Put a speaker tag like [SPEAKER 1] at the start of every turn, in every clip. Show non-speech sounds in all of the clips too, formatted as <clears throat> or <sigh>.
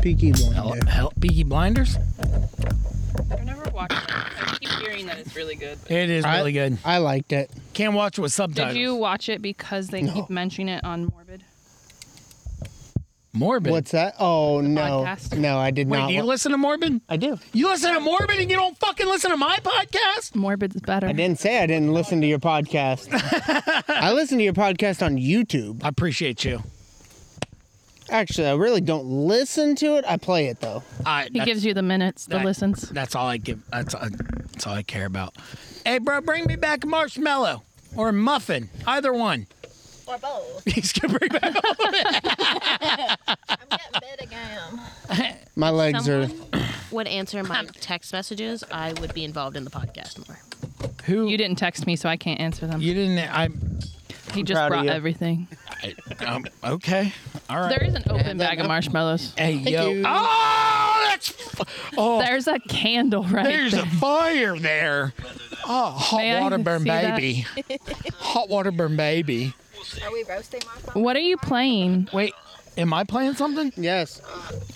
[SPEAKER 1] Peaky
[SPEAKER 2] Hel-
[SPEAKER 1] Blinder.
[SPEAKER 2] Hel- Peaky Blinders?
[SPEAKER 3] I've never watched it. I keep hearing that it's really good. but-
[SPEAKER 2] It is
[SPEAKER 1] I-
[SPEAKER 2] really good.
[SPEAKER 1] I liked it.
[SPEAKER 2] Can't watch it with subtitles.
[SPEAKER 3] Did you watch it because they
[SPEAKER 1] No.
[SPEAKER 3] keep mentioning it on Morbid?
[SPEAKER 2] Morbid.
[SPEAKER 1] What's that? Oh no,
[SPEAKER 3] podcast.
[SPEAKER 1] no, I did
[SPEAKER 2] Wait,
[SPEAKER 1] not.
[SPEAKER 2] do you
[SPEAKER 1] wa-
[SPEAKER 2] listen to Morbid?
[SPEAKER 1] I do.
[SPEAKER 2] You listen to Morbid and you don't fucking listen to my podcast?
[SPEAKER 3] Morbid's better.
[SPEAKER 1] I didn't say I didn't listen to your
[SPEAKER 2] <laughs>
[SPEAKER 1] podcast. I listen to your podcast on YouTube.
[SPEAKER 2] I appreciate you.
[SPEAKER 1] Actually, I really don't listen to it. I play it though.
[SPEAKER 2] I,
[SPEAKER 3] He
[SPEAKER 2] that-
[SPEAKER 3] gives you the minutes, the
[SPEAKER 2] that-
[SPEAKER 3] listens.
[SPEAKER 2] That's all I give. That's all, that's all I care about. Hey, bro, bring me back a marshmallow or a muffin. Either one. <laughs>
[SPEAKER 4] Or both.
[SPEAKER 2] He's gonna bring back.
[SPEAKER 3] <laughs>
[SPEAKER 4] I'm getting big again.
[SPEAKER 1] My legs
[SPEAKER 5] Someone would answer my text messages, I would be involved in the podcast more.
[SPEAKER 2] Who?
[SPEAKER 3] You didn't text me, so I can't answer them.
[SPEAKER 2] You didn't. I.
[SPEAKER 3] he
[SPEAKER 1] proud
[SPEAKER 3] just
[SPEAKER 1] of
[SPEAKER 3] brought
[SPEAKER 1] you.
[SPEAKER 3] everything.
[SPEAKER 2] I um, okay. All right.
[SPEAKER 3] There is an open bag of marshmallows.
[SPEAKER 2] Hey yo.
[SPEAKER 1] you.
[SPEAKER 2] Oh, that's. f- <laughs> Oh,
[SPEAKER 3] There's a candle right
[SPEAKER 2] there's
[SPEAKER 3] there.
[SPEAKER 2] a fire there. Oh, hot
[SPEAKER 3] May I
[SPEAKER 2] water burn
[SPEAKER 3] see that?
[SPEAKER 2] baby. hot water burn baby.
[SPEAKER 4] Are we roasting marshmallows?
[SPEAKER 3] what are you playing?
[SPEAKER 2] Wait, am I playing something?
[SPEAKER 1] are. Yes.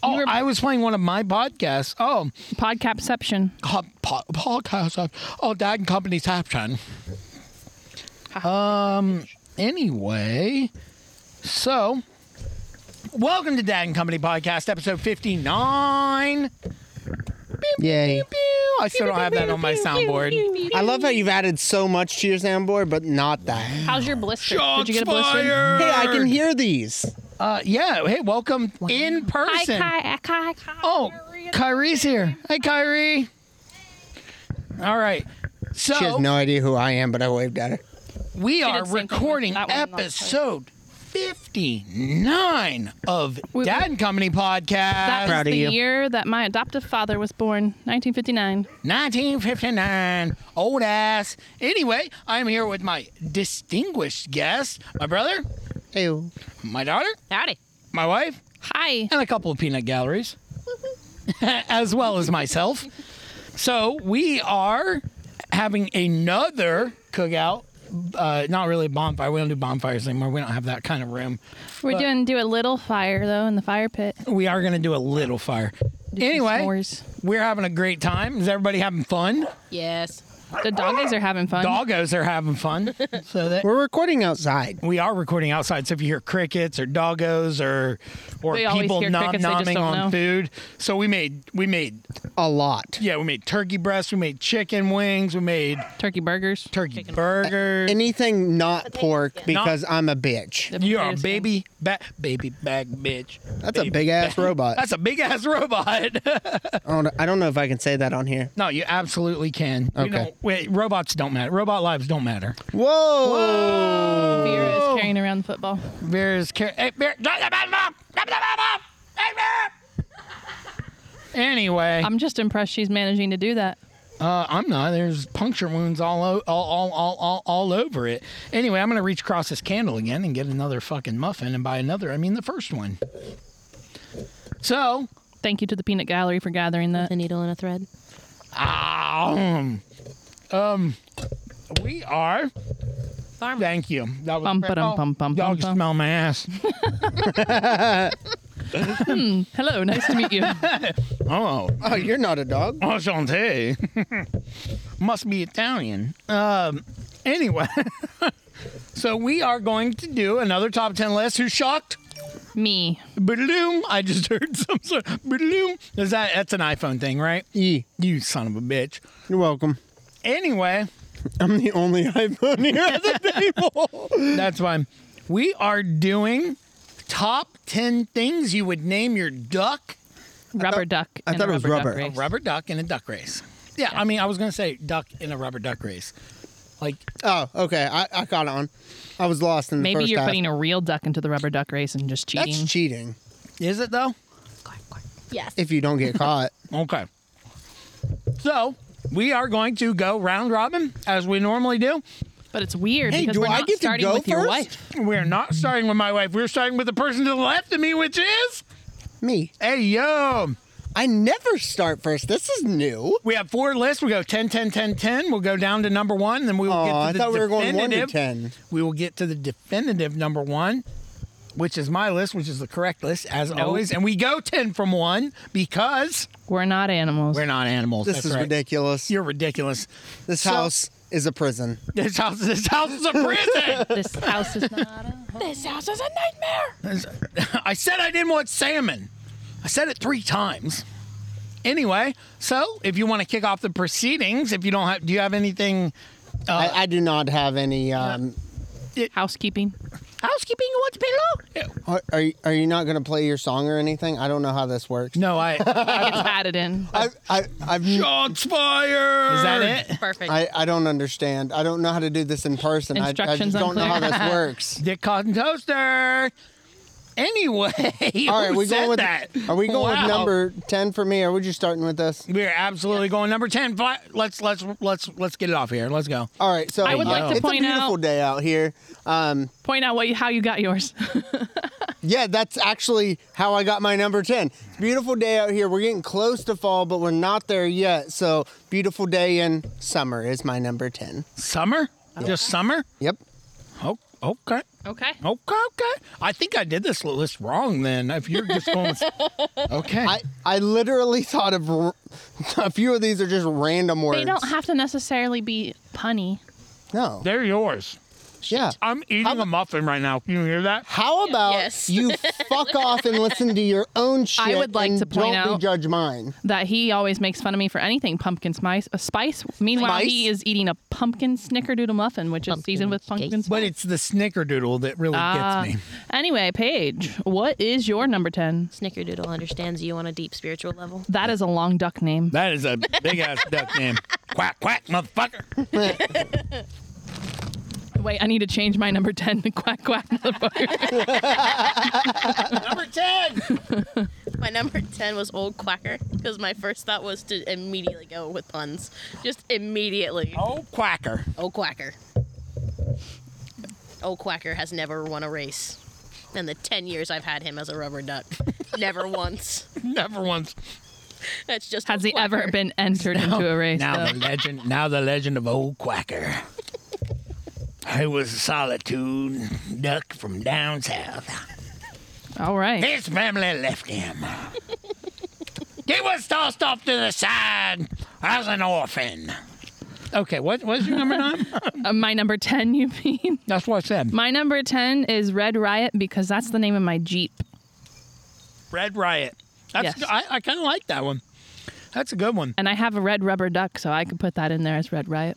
[SPEAKER 2] Oh,
[SPEAKER 3] were-
[SPEAKER 2] I was playing one of my podcasts. Oh,
[SPEAKER 3] Podcapception.
[SPEAKER 2] hot po- podcast. of- Oh, Dad and Company's half time. Um. Anyway, so welcome to Dad and Company podcast, episode fifty nine.
[SPEAKER 1] Yay.
[SPEAKER 2] Pew. I still don't have that on my soundboard.
[SPEAKER 1] I love how you've added so much to your soundboard, but not that. Hey,
[SPEAKER 3] How's your blister?
[SPEAKER 2] Shots
[SPEAKER 3] Did you get a blister?
[SPEAKER 2] fired!
[SPEAKER 1] I can hear these.
[SPEAKER 2] Uh, yeah. Hey, welcome in person.
[SPEAKER 5] Hi, Kai, Kai, Kai.
[SPEAKER 2] oh, Kyrie's here. Hey, Kyrie. All right. So
[SPEAKER 1] She has
[SPEAKER 2] Oh.
[SPEAKER 1] no idea who I am, but I waved at her.
[SPEAKER 2] we
[SPEAKER 3] did
[SPEAKER 2] are
[SPEAKER 3] the same thing with
[SPEAKER 2] recording
[SPEAKER 3] that one last
[SPEAKER 2] episode fifty nine of
[SPEAKER 3] Wait,
[SPEAKER 2] Dad
[SPEAKER 3] wait.
[SPEAKER 2] and Company
[SPEAKER 3] That
[SPEAKER 2] podcast,
[SPEAKER 3] was
[SPEAKER 1] Proud of
[SPEAKER 3] the
[SPEAKER 1] you.
[SPEAKER 3] year that my adoptive father was born, 1959.
[SPEAKER 2] nineteen fifty nine. Old ass. Anyway, I'm here with my distinguished guest, my brother,
[SPEAKER 1] Ew.
[SPEAKER 2] my daughter,
[SPEAKER 5] Howdy.
[SPEAKER 2] my wife,
[SPEAKER 3] Hi.
[SPEAKER 2] and a couple of peanut galleries, <laughs> as well as myself. So we are having another cookout. Uh, not really a bonfire. We don't do bonfires anymore. We don't have that kind of room.
[SPEAKER 3] We're doing do a little fire though in the fire pit.
[SPEAKER 2] We are going to do a little fire.
[SPEAKER 3] some
[SPEAKER 2] Anyway,
[SPEAKER 3] s'mores.
[SPEAKER 2] we're having a great time. Is everybody having fun?
[SPEAKER 5] Yes.
[SPEAKER 3] The doggies are having fun.
[SPEAKER 2] Doggos are having
[SPEAKER 3] <laughs>
[SPEAKER 2] fun. So that
[SPEAKER 1] We're recording outside.
[SPEAKER 2] we are recording outside. So if you hear crickets or doggos or or
[SPEAKER 3] They always
[SPEAKER 2] people
[SPEAKER 3] hear
[SPEAKER 2] nom
[SPEAKER 3] crickets, they just
[SPEAKER 2] nomming
[SPEAKER 3] don't
[SPEAKER 2] on
[SPEAKER 3] know.
[SPEAKER 2] food, so we made we made
[SPEAKER 1] A lot.
[SPEAKER 2] Yeah, we made turkey breasts, we made chicken wings, we made
[SPEAKER 3] Turkey burgers.
[SPEAKER 2] turkey burgers.
[SPEAKER 1] Anything not pork
[SPEAKER 4] Not-
[SPEAKER 1] because I'm a bitch.
[SPEAKER 3] The
[SPEAKER 2] you are a
[SPEAKER 3] potatoes.
[SPEAKER 2] baby bag, baby bag bitch.
[SPEAKER 1] That's a big ass robot.
[SPEAKER 2] That's a big ass <laughs> robot.
[SPEAKER 1] I don't, I don't know if I can say that on here.
[SPEAKER 2] no, you absolutely can. You
[SPEAKER 1] Okay.
[SPEAKER 2] don't- wait, robots don't matter. Robot lives don't matter.
[SPEAKER 1] Whoa.
[SPEAKER 3] Vera is
[SPEAKER 1] Oh.
[SPEAKER 3] carrying around the football.
[SPEAKER 2] Bears care. eh, Hey, bear- <laughs> Anyway,
[SPEAKER 3] I'm just impressed she's managing to do that.
[SPEAKER 2] uh, I'm not. There's puncture wounds all, o- all, all, all, all, all over it. Anyway, I'm gonna reach across this candle again and get another fucking muffin, and by another, I mean the first one. So
[SPEAKER 3] Thank you to the Peanut Gallery for gathering that.
[SPEAKER 5] The needle and a thread.
[SPEAKER 2] Um, um, we are.
[SPEAKER 5] Farm.
[SPEAKER 2] Thank you. That was
[SPEAKER 3] Bum,
[SPEAKER 2] great. Oh,
[SPEAKER 1] Oh.
[SPEAKER 3] ba-dum, bum, bum,
[SPEAKER 2] y'all
[SPEAKER 3] bum,
[SPEAKER 1] <laughs>
[SPEAKER 2] can
[SPEAKER 3] bum.
[SPEAKER 2] smell my ass.
[SPEAKER 3] Hello, nice to
[SPEAKER 1] <laughs>
[SPEAKER 3] meet you.
[SPEAKER 2] Oh,
[SPEAKER 1] Oh, <laughs> you're not a dog.
[SPEAKER 2] enchanté. <laughs> Must be Italian. Um, anyway, <laughs> so we are going to do another top ten list. Who shocked?
[SPEAKER 3] Me.
[SPEAKER 2] Boom! I just <laughs> heard some sort. Boom! Is that that's an iPhone thing, right? E,
[SPEAKER 1] Yeah.
[SPEAKER 2] You son of a bitch.
[SPEAKER 1] You're welcome.
[SPEAKER 2] Anyway.
[SPEAKER 1] I'm the only iPhone here at the table.
[SPEAKER 2] That's fine. We are doing top 10 things you would name your duck,
[SPEAKER 3] Rubber duck.
[SPEAKER 1] I
[SPEAKER 3] and
[SPEAKER 1] thought
[SPEAKER 3] a
[SPEAKER 1] it was
[SPEAKER 3] rubber. duck
[SPEAKER 1] rubber.
[SPEAKER 3] race.
[SPEAKER 2] a rubber duck in a duck race. Yeah, I mean, I was going to say duck in a rubber duck race. Like,
[SPEAKER 1] <laughs> Oh, okay. I, I caught on. I was lost in the
[SPEAKER 3] Maybe
[SPEAKER 1] first
[SPEAKER 3] you're
[SPEAKER 1] half.
[SPEAKER 3] putting a real duck into the rubber duck race and just cheating.
[SPEAKER 1] That's cheating.
[SPEAKER 2] is it though?
[SPEAKER 4] Yes.
[SPEAKER 1] If you don't get caught.
[SPEAKER 2] Okay. So, we are going to go round robin as we normally do.
[SPEAKER 3] but it's weird
[SPEAKER 1] Hey,
[SPEAKER 3] <laughs> because
[SPEAKER 1] do
[SPEAKER 3] we're
[SPEAKER 1] I
[SPEAKER 3] not
[SPEAKER 1] get to
[SPEAKER 3] starting
[SPEAKER 1] go
[SPEAKER 3] with your
[SPEAKER 1] first?
[SPEAKER 3] wife.
[SPEAKER 2] We're not starting with my wife. We're starting with the person to the left of me, which is.
[SPEAKER 1] Me.
[SPEAKER 2] Hey, yo.
[SPEAKER 1] I never start first. This is new.
[SPEAKER 2] We have four lists. We go 10, 10, 10, 10. We'll go down to number one. Then we will
[SPEAKER 1] Oh, I
[SPEAKER 2] get to the
[SPEAKER 1] thought we were going
[SPEAKER 2] definitive.
[SPEAKER 1] one to ten.
[SPEAKER 2] We will get to the definitive number one, which is my list, which is the correct list as always. And we go 10 from 1 because
[SPEAKER 3] We're not animals.
[SPEAKER 2] we're not animals.
[SPEAKER 1] This
[SPEAKER 2] That's
[SPEAKER 1] is
[SPEAKER 2] right.
[SPEAKER 1] ridiculous.
[SPEAKER 2] You're ridiculous.
[SPEAKER 1] this
[SPEAKER 2] so-
[SPEAKER 1] house is a prison.
[SPEAKER 2] This house, this house is
[SPEAKER 1] <laughs>
[SPEAKER 2] a prison.
[SPEAKER 3] this house is not. A-
[SPEAKER 4] This house is a nightmare.
[SPEAKER 2] I said I didn't want salmon. I said it three times. Anyway, so if you want to kick off the proceedings, if you don't have, do you have anything
[SPEAKER 1] I, I do not have any. Um,
[SPEAKER 3] Housekeeping.
[SPEAKER 2] housekeeping you want to pay low?
[SPEAKER 1] are, are you, are you not going to play your song or anything? I don't know how this works.
[SPEAKER 2] No, I.
[SPEAKER 3] It's added in.
[SPEAKER 1] I, I, I've,
[SPEAKER 2] Shots fired. Is that it?
[SPEAKER 5] Perfect.
[SPEAKER 1] I, I don't understand. I don't know how to do this in person. I, I just
[SPEAKER 3] Instructions
[SPEAKER 1] don't know how
[SPEAKER 3] unclear.
[SPEAKER 1] this
[SPEAKER 3] <laughs>
[SPEAKER 1] works.
[SPEAKER 2] Dick Cotton Toaster. Anyway, <laughs>
[SPEAKER 1] All right,
[SPEAKER 2] who
[SPEAKER 1] we
[SPEAKER 2] said
[SPEAKER 1] going with
[SPEAKER 2] that?
[SPEAKER 1] Are we going
[SPEAKER 2] Wow.
[SPEAKER 1] with number ten for me? Or are we just starting with this?
[SPEAKER 2] We're absolutely going number ten. Fly- Let's let's let's let's get it off here. Let's go.
[SPEAKER 1] All right, so
[SPEAKER 3] I would like to
[SPEAKER 1] it's
[SPEAKER 3] point
[SPEAKER 1] a beautiful
[SPEAKER 3] out-
[SPEAKER 1] day out here. Um,
[SPEAKER 3] Point out what you, how you got yours.
[SPEAKER 1] yeah, that's actually how I got my number ten. It's a beautiful day out here. We're getting close to fall, but we're not there yet. So beautiful day in summer is my number ten.
[SPEAKER 2] Summer, just summer.
[SPEAKER 1] Yep.
[SPEAKER 2] Oh, okay.
[SPEAKER 3] okay.
[SPEAKER 1] Oh,
[SPEAKER 2] Okay, okay. I think I did this list wrong then. If you're just going
[SPEAKER 1] <laughs>
[SPEAKER 2] with. Okay.
[SPEAKER 1] I, I literally <laughs> thought of r- a few of these are just random words.
[SPEAKER 3] They don't have to necessarily be punny.
[SPEAKER 1] no.
[SPEAKER 2] They're yours.
[SPEAKER 1] Yeah.
[SPEAKER 2] I'm eating a muffin right now. Can you hear that?
[SPEAKER 1] How about
[SPEAKER 3] <laughs>
[SPEAKER 5] Yes.
[SPEAKER 1] you fuck off and listen to your own shit?
[SPEAKER 3] I would like
[SPEAKER 1] and
[SPEAKER 3] to point
[SPEAKER 1] don't
[SPEAKER 3] out-
[SPEAKER 1] judge
[SPEAKER 5] <laughs>
[SPEAKER 1] mine.
[SPEAKER 3] That he always makes fun of me for anything pumpkin spice. A spice. Meanwhile,
[SPEAKER 1] Spice?
[SPEAKER 3] he is eating a pumpkin snickerdoodle muffin, which is seasoned with
[SPEAKER 5] Pumpkin
[SPEAKER 3] pumpkin
[SPEAKER 5] spice.
[SPEAKER 3] spice.
[SPEAKER 2] But it's the snickerdoodle that really
[SPEAKER 3] Ah.
[SPEAKER 2] gets me.
[SPEAKER 3] Anyway, Paige, what is your number 10?
[SPEAKER 5] Snickerdoodle understands you on a deep spiritual level.
[SPEAKER 3] That is a long duck name.
[SPEAKER 2] That is a big ass duck
[SPEAKER 1] <laughs>
[SPEAKER 2] name. Quack, quack, motherfucker.
[SPEAKER 3] Wait, I need to change my number 10 to quack quack motherfucker.
[SPEAKER 2] Number 10.
[SPEAKER 5] My number 10 was Old Quacker because my first thought was to immediately go with puns. Just immediately.
[SPEAKER 2] Oh, quacker.
[SPEAKER 5] Old Quacker. Old Quacker has never won a race. In the 10 years I've had him as a rubber duck, never <laughs> once.
[SPEAKER 2] Never once.
[SPEAKER 5] That's just.
[SPEAKER 3] Has
[SPEAKER 5] Old
[SPEAKER 3] he ever
[SPEAKER 5] Quacker.
[SPEAKER 3] been entered into a race? Uh,
[SPEAKER 2] Now
[SPEAKER 3] though?
[SPEAKER 2] the legend. Now the legend of old Quacker. He was a solitude duck from down south.
[SPEAKER 3] All right.
[SPEAKER 2] His family left him. he was tossed off to the side as an orphan. Okay, what was your number nine?
[SPEAKER 3] Uh, my number 10, you mean?
[SPEAKER 2] <laughs>
[SPEAKER 3] <laughs>
[SPEAKER 2] That's what I said.
[SPEAKER 3] My number 10 is Red Riot because that's the name of my Jeep.
[SPEAKER 2] Red Riot. That's
[SPEAKER 3] Yes.
[SPEAKER 2] I, I kind of like that one. That's a good one.
[SPEAKER 3] And I have a red rubber duck, so I could put that in there as Red Riot.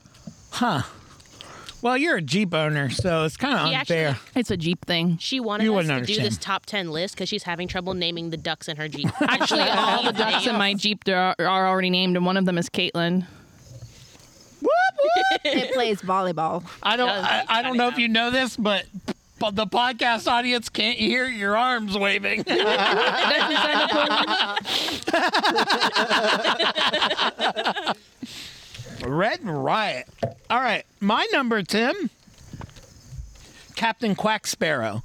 [SPEAKER 2] Well, you're a Jeep owner, so it's kind of
[SPEAKER 5] He actually-
[SPEAKER 2] unfair.
[SPEAKER 3] It's a Jeep thing.
[SPEAKER 5] She wanted
[SPEAKER 2] You
[SPEAKER 5] us to
[SPEAKER 2] wouldn't
[SPEAKER 5] do this
[SPEAKER 2] understand.
[SPEAKER 5] top 10 list because she's having trouble naming the ducks in
[SPEAKER 2] <laughs>
[SPEAKER 5] her Jeep.
[SPEAKER 3] <laughs>
[SPEAKER 5] <laughs>
[SPEAKER 3] Actually, all the ducks in my Jeep there are, are already named, and one of them is Caitlin.
[SPEAKER 4] <laughs> It plays volleyball.
[SPEAKER 2] I don't.
[SPEAKER 5] does
[SPEAKER 2] I,
[SPEAKER 5] keep
[SPEAKER 2] I don't
[SPEAKER 5] cutting
[SPEAKER 2] know if
[SPEAKER 5] out.
[SPEAKER 2] you know this, but. But the podcast audience can't hear your arms <laughs> waving. Red Riot. All right, my number ten, Captain Quack Sparrow.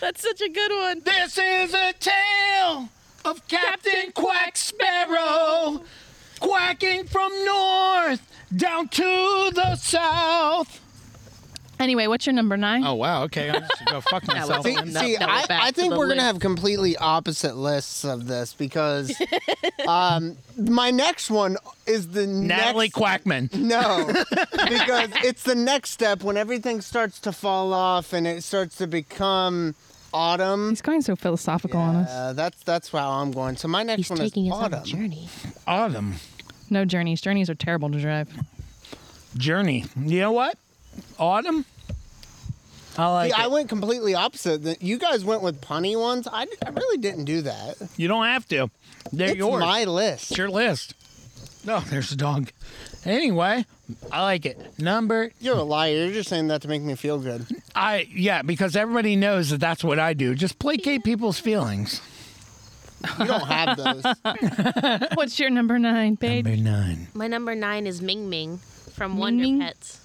[SPEAKER 5] That's such a good one.
[SPEAKER 2] This is a tale of Captain Quack Sparrow quacking from north down to the south.
[SPEAKER 3] Anyway, what's your number nine?
[SPEAKER 2] Oh wow, okay, I'm just gonna go fuck myself.
[SPEAKER 1] See,
[SPEAKER 5] I'm not-
[SPEAKER 1] see
[SPEAKER 5] no,
[SPEAKER 1] I,
[SPEAKER 5] back
[SPEAKER 1] I
[SPEAKER 5] to
[SPEAKER 1] think
[SPEAKER 5] the
[SPEAKER 1] we're going to
[SPEAKER 5] list.
[SPEAKER 1] have completely opposite lists of this
[SPEAKER 3] <laughs>
[SPEAKER 1] because um, my next one is the
[SPEAKER 2] Natalie
[SPEAKER 1] next.
[SPEAKER 2] Quackman.
[SPEAKER 5] <laughs>
[SPEAKER 1] No, because it's the next step when everything starts to fall off and it starts to become autumn.
[SPEAKER 3] He's going so philosophical on us.
[SPEAKER 1] Uh, that's that's how I'm going. So my next
[SPEAKER 5] He's
[SPEAKER 1] one
[SPEAKER 5] taking
[SPEAKER 1] is
[SPEAKER 5] us on
[SPEAKER 1] autumn.
[SPEAKER 5] a journey.
[SPEAKER 2] Autumn.
[SPEAKER 3] No journeys. Journeys are terrible
[SPEAKER 2] <laughs>
[SPEAKER 3] to drive.
[SPEAKER 2] Journey. You know what? Autumn. I like
[SPEAKER 1] See, I
[SPEAKER 2] it.
[SPEAKER 1] went completely opposite. The- You guys went with punny ones. I, I really didn't do that.
[SPEAKER 2] You don't have to. They're
[SPEAKER 1] it's
[SPEAKER 2] yours.
[SPEAKER 1] my list.
[SPEAKER 2] It's your list. No, there's a dog. Anyway, I like it. Number
[SPEAKER 1] You're a liar. You're just saying that to make me feel good.
[SPEAKER 2] I yeah, because everybody knows that that's what I do. Just placate people's feelings.
[SPEAKER 1] You don't <laughs> have those.
[SPEAKER 3] What's your number nine, Paige?
[SPEAKER 2] Number nine.
[SPEAKER 5] My number nine is Ming Ming from
[SPEAKER 3] Ming
[SPEAKER 5] Wonder
[SPEAKER 3] Ming?
[SPEAKER 5] Pets.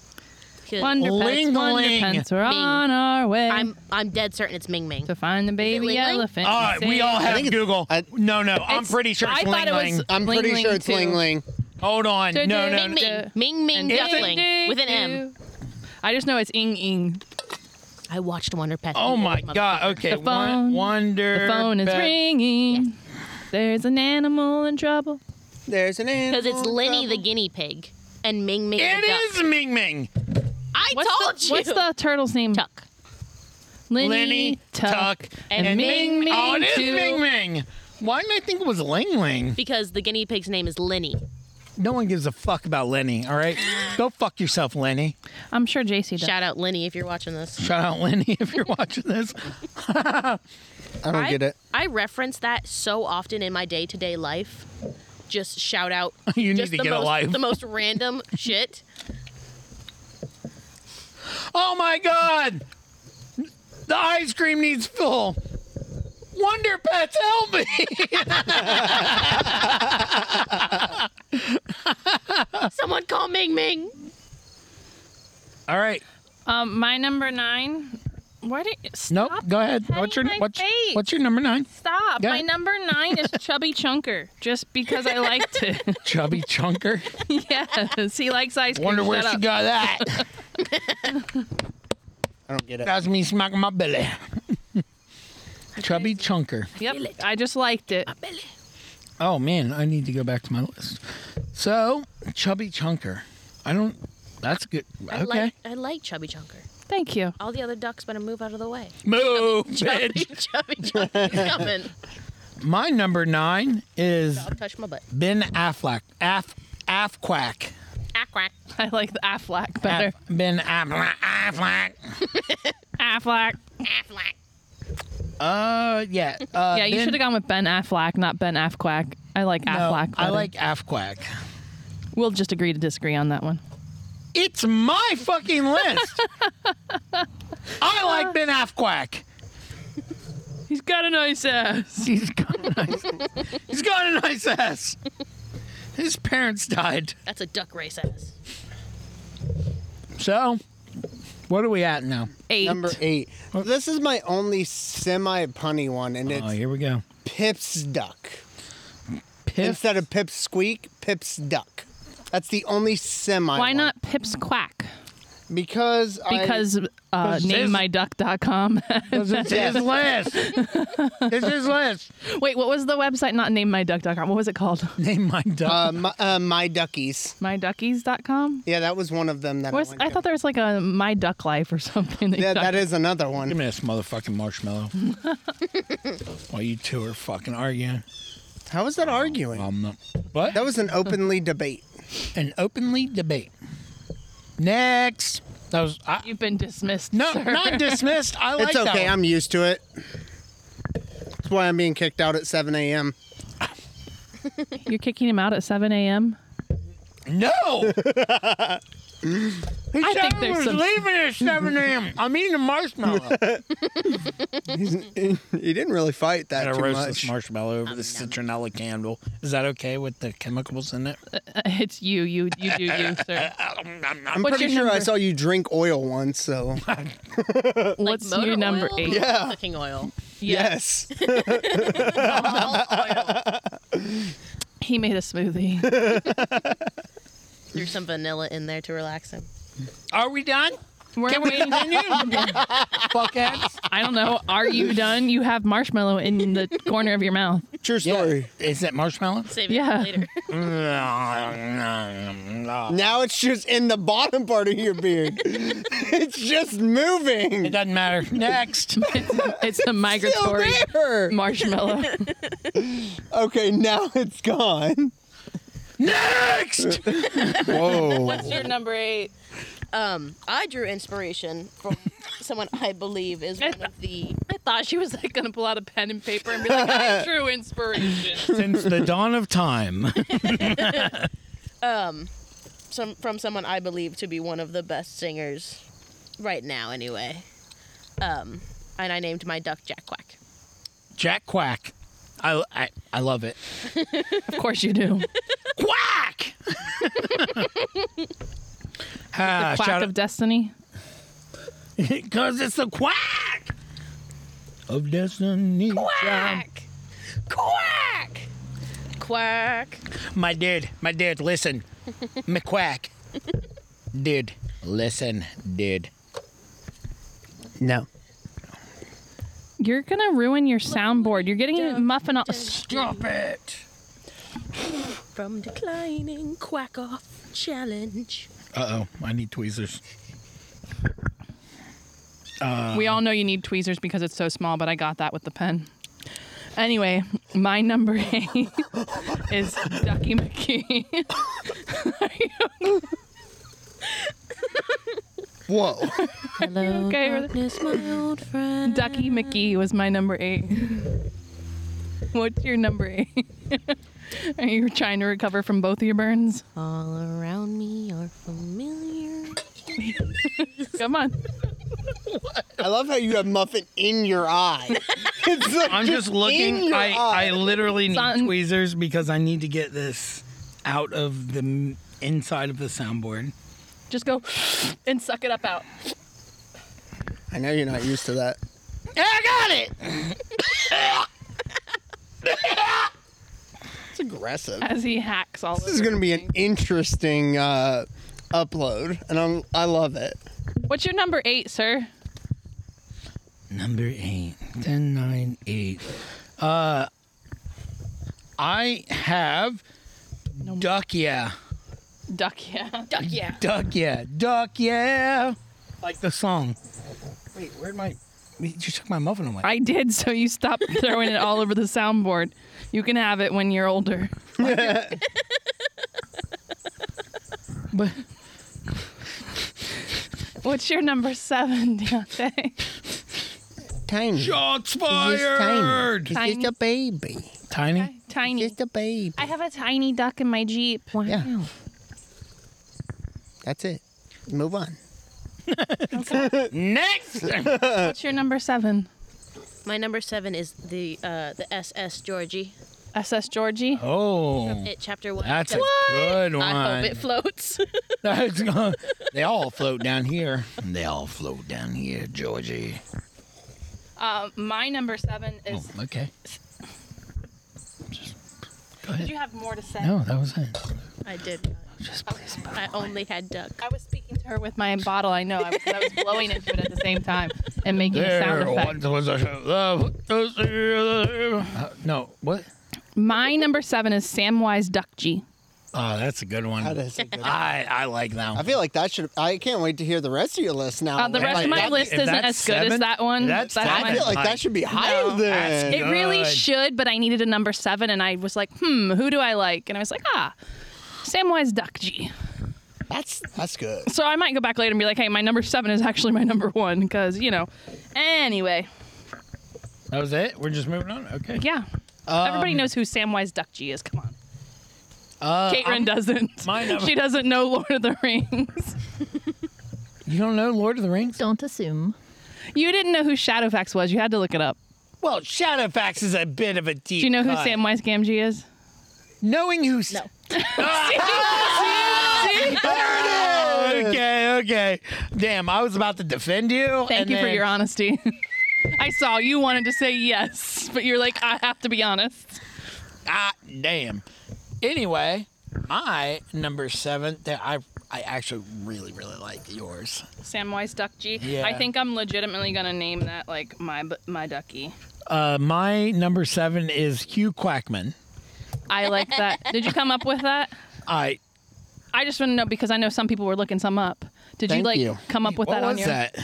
[SPEAKER 5] 'Cause
[SPEAKER 3] Wonder pets, wonder
[SPEAKER 2] Ling-a-ling.
[SPEAKER 3] pets, we're on our way
[SPEAKER 5] I'm I'm dead certain it's Ming Ming.
[SPEAKER 3] to find the baby
[SPEAKER 5] Ling-ling?
[SPEAKER 3] elephant.
[SPEAKER 2] All right, we all
[SPEAKER 1] I
[SPEAKER 2] have
[SPEAKER 1] think it's-
[SPEAKER 2] Google.
[SPEAKER 1] I-
[SPEAKER 2] no, no, I'm
[SPEAKER 3] It's-
[SPEAKER 2] pretty sure it's
[SPEAKER 3] I thought it
[SPEAKER 2] Ling
[SPEAKER 3] was-
[SPEAKER 2] Ling.
[SPEAKER 1] I'm pretty
[SPEAKER 3] Ling-ling
[SPEAKER 1] sure it's
[SPEAKER 3] too.
[SPEAKER 1] Ling Ling.
[SPEAKER 2] Hold on. No,
[SPEAKER 3] Ding,
[SPEAKER 2] no, no.
[SPEAKER 3] ding,
[SPEAKER 5] Ming Ming Ming Ming
[SPEAKER 3] Ding,
[SPEAKER 5] Duckling
[SPEAKER 3] ding,
[SPEAKER 5] with an M.
[SPEAKER 3] ding. I just know it's ing ing.
[SPEAKER 5] I watched Wonder Pet.
[SPEAKER 2] Oh my God. Okay.
[SPEAKER 3] The phone.
[SPEAKER 2] Wonder.
[SPEAKER 3] The phone is
[SPEAKER 2] Pet-
[SPEAKER 3] ringing. There's an animal in trouble.
[SPEAKER 1] There's an animal.
[SPEAKER 5] Because it's Lenny the guinea pig and Ming Ming. the duck.
[SPEAKER 2] It is Ming Ming.
[SPEAKER 5] I
[SPEAKER 3] What's
[SPEAKER 5] told
[SPEAKER 3] the,
[SPEAKER 5] you.
[SPEAKER 3] What's the turtle's name?
[SPEAKER 5] Tuck?
[SPEAKER 3] Lenny,
[SPEAKER 2] Lenny,
[SPEAKER 3] Tuck, and, Ming Ming.
[SPEAKER 2] Oh, it is
[SPEAKER 3] too.
[SPEAKER 2] Ming Ming. Why didn't I think it was Ling Ling?
[SPEAKER 5] Because the guinea pig's name is Lenny.
[SPEAKER 2] No one gives a fuck about Lenny, all right? Go fuck yourself, Lenny.
[SPEAKER 3] I'm sure JC does.
[SPEAKER 5] Shout out Lenny if you're watching this.
[SPEAKER 2] Shout out Lenny <laughs> if you're watching this.
[SPEAKER 1] I don't get it.
[SPEAKER 5] I reference that so often in my day to day life. Just shout out.
[SPEAKER 2] <laughs> You need
[SPEAKER 5] just
[SPEAKER 2] to
[SPEAKER 5] the
[SPEAKER 2] get a
[SPEAKER 5] most,
[SPEAKER 2] life.
[SPEAKER 5] The
[SPEAKER 2] <laughs>
[SPEAKER 5] most random shit.
[SPEAKER 2] Oh my god! The ice cream needs full. Wonder Pets, help me! <laughs>
[SPEAKER 5] Someone call Ming Ming.
[SPEAKER 2] All right.
[SPEAKER 3] Um, my number nine. What? Are,
[SPEAKER 2] Nope.
[SPEAKER 3] stop.
[SPEAKER 2] Go ahead.
[SPEAKER 3] petting
[SPEAKER 2] What's your
[SPEAKER 3] my
[SPEAKER 2] what's,
[SPEAKER 3] face.
[SPEAKER 2] what's your number nine?
[SPEAKER 3] Stop.
[SPEAKER 2] Yeah.
[SPEAKER 3] My number nine is Chubby Chunker, just because I
[SPEAKER 2] <laughs>
[SPEAKER 3] liked it. <laughs>
[SPEAKER 2] Chubby Chunker.
[SPEAKER 3] yes, he likes ice cream.
[SPEAKER 2] Wonder where
[SPEAKER 3] Shut
[SPEAKER 2] she
[SPEAKER 3] up.
[SPEAKER 2] got
[SPEAKER 3] <laughs>
[SPEAKER 2] that.
[SPEAKER 1] I don't get it.
[SPEAKER 2] That's me smacking my belly. Chubby Chunker.
[SPEAKER 3] Yep, I just liked it.
[SPEAKER 2] Oh man, I need to go back to my list. So Chubby Chunker. I don't. That's good. Okay.
[SPEAKER 5] I <laughs> like I like Chubby Chunker.
[SPEAKER 3] Thank you.
[SPEAKER 5] All the other ducks better move out of the way.
[SPEAKER 2] Move, <laughs> bitch.
[SPEAKER 5] <laughs> Chubby
[SPEAKER 2] <laughs>
[SPEAKER 5] Chunker's coming.
[SPEAKER 2] My number nine is
[SPEAKER 5] I'll touch my butt.
[SPEAKER 2] Ben Affleck. Af Afquack.
[SPEAKER 5] Ack quack.
[SPEAKER 3] I like the Affleck better.
[SPEAKER 2] Af- ben Affleck. Affleck.
[SPEAKER 3] Affleck.
[SPEAKER 5] Ack quack.
[SPEAKER 2] Uh, yeah. Uh,
[SPEAKER 3] yeah, you
[SPEAKER 2] ben-
[SPEAKER 3] should have gone with Ben Affleck, not Ben Affleck. I like
[SPEAKER 2] No,
[SPEAKER 3] Affleck.
[SPEAKER 2] I
[SPEAKER 3] better.
[SPEAKER 2] like Afquack.
[SPEAKER 3] We'll just agree to disagree on that one.
[SPEAKER 2] It's my fucking list. I like Ben Affleck.
[SPEAKER 3] He's got a nice ass.
[SPEAKER 2] He's got a nice. he's got a nice ass. His parents died.
[SPEAKER 5] That's a duck race ass.
[SPEAKER 2] So, what are we at now?
[SPEAKER 3] Eight.
[SPEAKER 1] Number eight. This is my only semi punny one, and it's
[SPEAKER 2] Oh, here we go.
[SPEAKER 1] Pips Duck.
[SPEAKER 2] Piff.
[SPEAKER 1] Instead of Pips Squeak, Pips Duck. That's the only semi.
[SPEAKER 3] Why
[SPEAKER 1] one.
[SPEAKER 3] not Pips Quack?
[SPEAKER 1] Because I-
[SPEAKER 3] Because uh,
[SPEAKER 2] Because this-
[SPEAKER 3] namemyduck.com.
[SPEAKER 2] It's his list. It's his list.
[SPEAKER 3] <laughs> Wait, what was the website? Not namemyduck.com. What was it called?
[SPEAKER 2] Name my
[SPEAKER 1] uh,
[SPEAKER 2] dog.
[SPEAKER 1] my, uh, my duckies.
[SPEAKER 3] Myduckies.com?
[SPEAKER 1] Yeah, that was one of them that
[SPEAKER 3] Was,
[SPEAKER 1] I, went
[SPEAKER 3] I
[SPEAKER 1] to.
[SPEAKER 3] thought there was like a My Duck Life or <laughs> something.
[SPEAKER 1] Yeah, that is another one.
[SPEAKER 2] Give me this motherfucking marshmallow. <laughs> While you two are fucking arguing.
[SPEAKER 1] How is that arguing?
[SPEAKER 2] I'm not. What?
[SPEAKER 1] that was an openly debate.
[SPEAKER 2] An openly debate. Next. That was. I,
[SPEAKER 3] You've been dismissed.
[SPEAKER 2] no,
[SPEAKER 3] sir. <laughs>
[SPEAKER 2] not dismissed. I like
[SPEAKER 1] it's
[SPEAKER 2] that
[SPEAKER 1] okay.
[SPEAKER 2] one.
[SPEAKER 1] I'm used to it. That's why I'm being kicked out at 7 a.m.
[SPEAKER 3] You're kicking him out at 7 a.m.
[SPEAKER 2] No. I
[SPEAKER 3] think there's
[SPEAKER 2] was
[SPEAKER 3] some-
[SPEAKER 2] leaving at 7 a.m. I'm eating a marshmallow.
[SPEAKER 1] he didn't really fight that
[SPEAKER 2] Gotta
[SPEAKER 1] too
[SPEAKER 2] roast
[SPEAKER 1] much.
[SPEAKER 2] this marshmallow over the citronella candle. Is that okay with the chemicals in it?
[SPEAKER 3] <laughs> It's you, you, you do you, <laughs> sir.
[SPEAKER 1] I'm
[SPEAKER 3] What's
[SPEAKER 1] pretty
[SPEAKER 3] your
[SPEAKER 1] sure I
[SPEAKER 3] number?
[SPEAKER 1] saw you drink oil once, so
[SPEAKER 2] <laughs>
[SPEAKER 5] Like
[SPEAKER 3] What's
[SPEAKER 5] motor
[SPEAKER 3] your number
[SPEAKER 5] oil
[SPEAKER 3] eight?
[SPEAKER 5] or
[SPEAKER 1] Yeah.
[SPEAKER 5] Cooking oil.
[SPEAKER 3] <laughs>
[SPEAKER 1] yes. <laughs>
[SPEAKER 5] All oil.
[SPEAKER 3] He made a
[SPEAKER 1] <laughs>
[SPEAKER 3] smoothie.
[SPEAKER 5] Threw some vanilla in there to relax him.
[SPEAKER 2] Are we done?
[SPEAKER 3] We're waiting. <laughs>
[SPEAKER 2] Fuckheads.
[SPEAKER 3] I don't know. Are you done? You have marshmallow in the corner of your mouth.
[SPEAKER 1] True story.
[SPEAKER 2] Is it marshmallow?
[SPEAKER 5] Save it
[SPEAKER 3] Yeah.
[SPEAKER 5] for later.
[SPEAKER 2] it
[SPEAKER 1] Now it's just in the bottom part of your beard. it's just moving.
[SPEAKER 2] doesn't <laughs> matter. Next.
[SPEAKER 3] It's a
[SPEAKER 1] Still
[SPEAKER 3] migratory
[SPEAKER 1] there.
[SPEAKER 3] marshmallow.
[SPEAKER 1] Okay, now it's gone.
[SPEAKER 2] Next.
[SPEAKER 1] Whoa.
[SPEAKER 3] your number eight?
[SPEAKER 5] Um, I drew inspiration
[SPEAKER 2] <laughs>
[SPEAKER 5] from someone I believe is one of the.
[SPEAKER 3] I thought she was like gonna pull out a pen and paper and be like, "I drew inspiration."
[SPEAKER 2] Since the dawn of time.
[SPEAKER 5] some from someone I believe to be one of the best singers right now anyway. Um, and I named my duck Jack Quack.
[SPEAKER 2] <laughs> Jack Quack. I, I, I love it.
[SPEAKER 3] of course you do.
[SPEAKER 2] <laughs> Quack! ah,
[SPEAKER 3] Quack
[SPEAKER 2] shout
[SPEAKER 3] of destiny.
[SPEAKER 2] <laughs> Because it's the quack of destiny. Quack! Quack!
[SPEAKER 5] Quack.
[SPEAKER 2] My dude, my dude, listen. McQuack. dude, listen, dude.
[SPEAKER 1] No.
[SPEAKER 3] You're gonna ruin your soundboard. You're getting a muffin off.
[SPEAKER 2] Stop it.
[SPEAKER 5] From declining quack off challenge.
[SPEAKER 2] Uh oh, I need tweezers.
[SPEAKER 3] We all know you need tweezers because it's so small, but I got that with the pen. Anyway, my number <laughs> eight is Ducky McKee.
[SPEAKER 1] Whoa.
[SPEAKER 5] Hello,
[SPEAKER 3] <laughs> okay with it?
[SPEAKER 5] darkness, my old friend.
[SPEAKER 3] Ducky McKee was my number eight. What's your number eight? <laughs> Are you trying to recover from both of your burns?
[SPEAKER 5] All around me are familiar.
[SPEAKER 3] Come on.
[SPEAKER 1] I love how you have muffin in your eye. It's like
[SPEAKER 2] I'm just
[SPEAKER 1] in
[SPEAKER 2] looking.
[SPEAKER 1] your
[SPEAKER 2] I,
[SPEAKER 1] eye.
[SPEAKER 2] I literally need
[SPEAKER 3] Son.
[SPEAKER 2] tweezers because I need to get this out of the m- inside of the soundboard.
[SPEAKER 3] Just go and suck it up out.
[SPEAKER 1] I know you're not used to that.
[SPEAKER 2] I got it.
[SPEAKER 1] It's aggressive.
[SPEAKER 3] As he hacks all
[SPEAKER 1] This is
[SPEAKER 3] over
[SPEAKER 1] going to be an
[SPEAKER 3] everything.
[SPEAKER 1] interesting uh, upload, and I'm, I love it.
[SPEAKER 3] What's your number eight, sir?
[SPEAKER 2] Number eight. Ten, nine, eight. Uh, I have duck yeah,
[SPEAKER 3] Duck, yeah.
[SPEAKER 5] Duck yeah.
[SPEAKER 2] duck yeah, duck yeah. Like the song. Wait, where'd my? You took my muffin away.
[SPEAKER 3] I did, so you <laughs> stopped throwing it all over the soundboard. You can have it when
[SPEAKER 1] <laughs>
[SPEAKER 3] you're older.
[SPEAKER 2] But
[SPEAKER 3] What's your number seven, <laughs> Deontay?
[SPEAKER 1] Tiny.
[SPEAKER 2] shots
[SPEAKER 1] He's just tiny.
[SPEAKER 2] fired.
[SPEAKER 1] He's just a baby.
[SPEAKER 2] Tiny.
[SPEAKER 3] Tiny.
[SPEAKER 1] Just a baby.
[SPEAKER 3] I have a tiny duck in my Jeep.
[SPEAKER 1] Yeah. That's it. Move on.
[SPEAKER 2] Next.
[SPEAKER 3] What's your number seven?
[SPEAKER 5] My number seven is the uh, the SS Georgie.
[SPEAKER 3] SS Georgie?
[SPEAKER 2] oh.
[SPEAKER 5] It chapter one.
[SPEAKER 2] That's
[SPEAKER 5] Duck-
[SPEAKER 2] a good one.
[SPEAKER 5] I hope it floats.
[SPEAKER 2] <laughs> That's gonna- they all float down here. They all float down here, Georgie.
[SPEAKER 3] Uh, my number seven
[SPEAKER 2] Oh,
[SPEAKER 3] is.
[SPEAKER 2] okay. Just- go
[SPEAKER 3] Did
[SPEAKER 2] ahead.
[SPEAKER 3] you have more to say?
[SPEAKER 2] No, Oh, that was it.
[SPEAKER 5] I did.
[SPEAKER 2] Just please.
[SPEAKER 5] I only had duck.
[SPEAKER 3] I was speaking to her with my bottle. I know. I was, I was blowing into it at the same time and making a sound
[SPEAKER 2] There
[SPEAKER 3] effect.
[SPEAKER 2] once was a show. Uh, No, what?
[SPEAKER 3] My number seven is Samwise Duckgy.
[SPEAKER 2] Oh, that's a good one.
[SPEAKER 1] That is a good one.
[SPEAKER 2] I, I like that
[SPEAKER 1] I
[SPEAKER 2] one.
[SPEAKER 1] feel like that should. I can't wait to hear the rest of your list now.
[SPEAKER 3] Uh, the rest of my
[SPEAKER 2] Oh, that-
[SPEAKER 3] list
[SPEAKER 2] if
[SPEAKER 3] isn't
[SPEAKER 2] that's
[SPEAKER 3] as good as
[SPEAKER 2] seven,
[SPEAKER 3] that one.
[SPEAKER 2] that's
[SPEAKER 3] That's
[SPEAKER 2] fine.
[SPEAKER 1] I feel like
[SPEAKER 2] I-
[SPEAKER 1] that should be higher than.
[SPEAKER 3] It really
[SPEAKER 2] Good.
[SPEAKER 3] should, but I needed a number seven, and I was like, hmm, who do I like? And I was like, ah, Samwise Duckgy.
[SPEAKER 1] That's that's good.
[SPEAKER 3] So I might go back later and be like, hey, my number seven is actually my number one, because, you know. Anyway,
[SPEAKER 2] That was it? We're just moving on? Okay.
[SPEAKER 3] yeah. Everybody knows who Samwise Duckgy is. Come on.
[SPEAKER 2] Um, Uh,
[SPEAKER 3] Caitlin doesn't.
[SPEAKER 2] my number-
[SPEAKER 3] she doesn't know Lord of the Rings.
[SPEAKER 2] You don't know Lord of the Rings?
[SPEAKER 6] Don't assume.
[SPEAKER 3] You didn't know who Shadowfax was. You had to look it up.
[SPEAKER 2] Well, Shadowfax is a bit of a deep.
[SPEAKER 3] Do you know who
[SPEAKER 2] cut.
[SPEAKER 3] Samwise Gamgee is?
[SPEAKER 2] Knowing who. No.
[SPEAKER 3] <laughs>
[SPEAKER 2] okay, okay. Damn, I was about to defend you.
[SPEAKER 3] Thank
[SPEAKER 2] and
[SPEAKER 3] you for
[SPEAKER 2] then-
[SPEAKER 3] your honesty. <laughs> I saw you wanted to say yes, but you're like, I have to be honest.
[SPEAKER 2] Ah, damn. Anyway, my number seven that I I actually really really like yours.
[SPEAKER 3] Samwise Duckgy.
[SPEAKER 2] Yeah.
[SPEAKER 3] I think I'm legitimately gonna name that like my my ducky.
[SPEAKER 2] Uh, my number seven is Hugh Quackman.
[SPEAKER 3] I like that. Did you come up with that?
[SPEAKER 2] I
[SPEAKER 3] I just want to know because I know some people were looking some up. Did you
[SPEAKER 1] Thank
[SPEAKER 3] like
[SPEAKER 1] you.
[SPEAKER 3] come up with
[SPEAKER 2] what
[SPEAKER 3] that
[SPEAKER 2] was
[SPEAKER 3] on your?
[SPEAKER 2] that?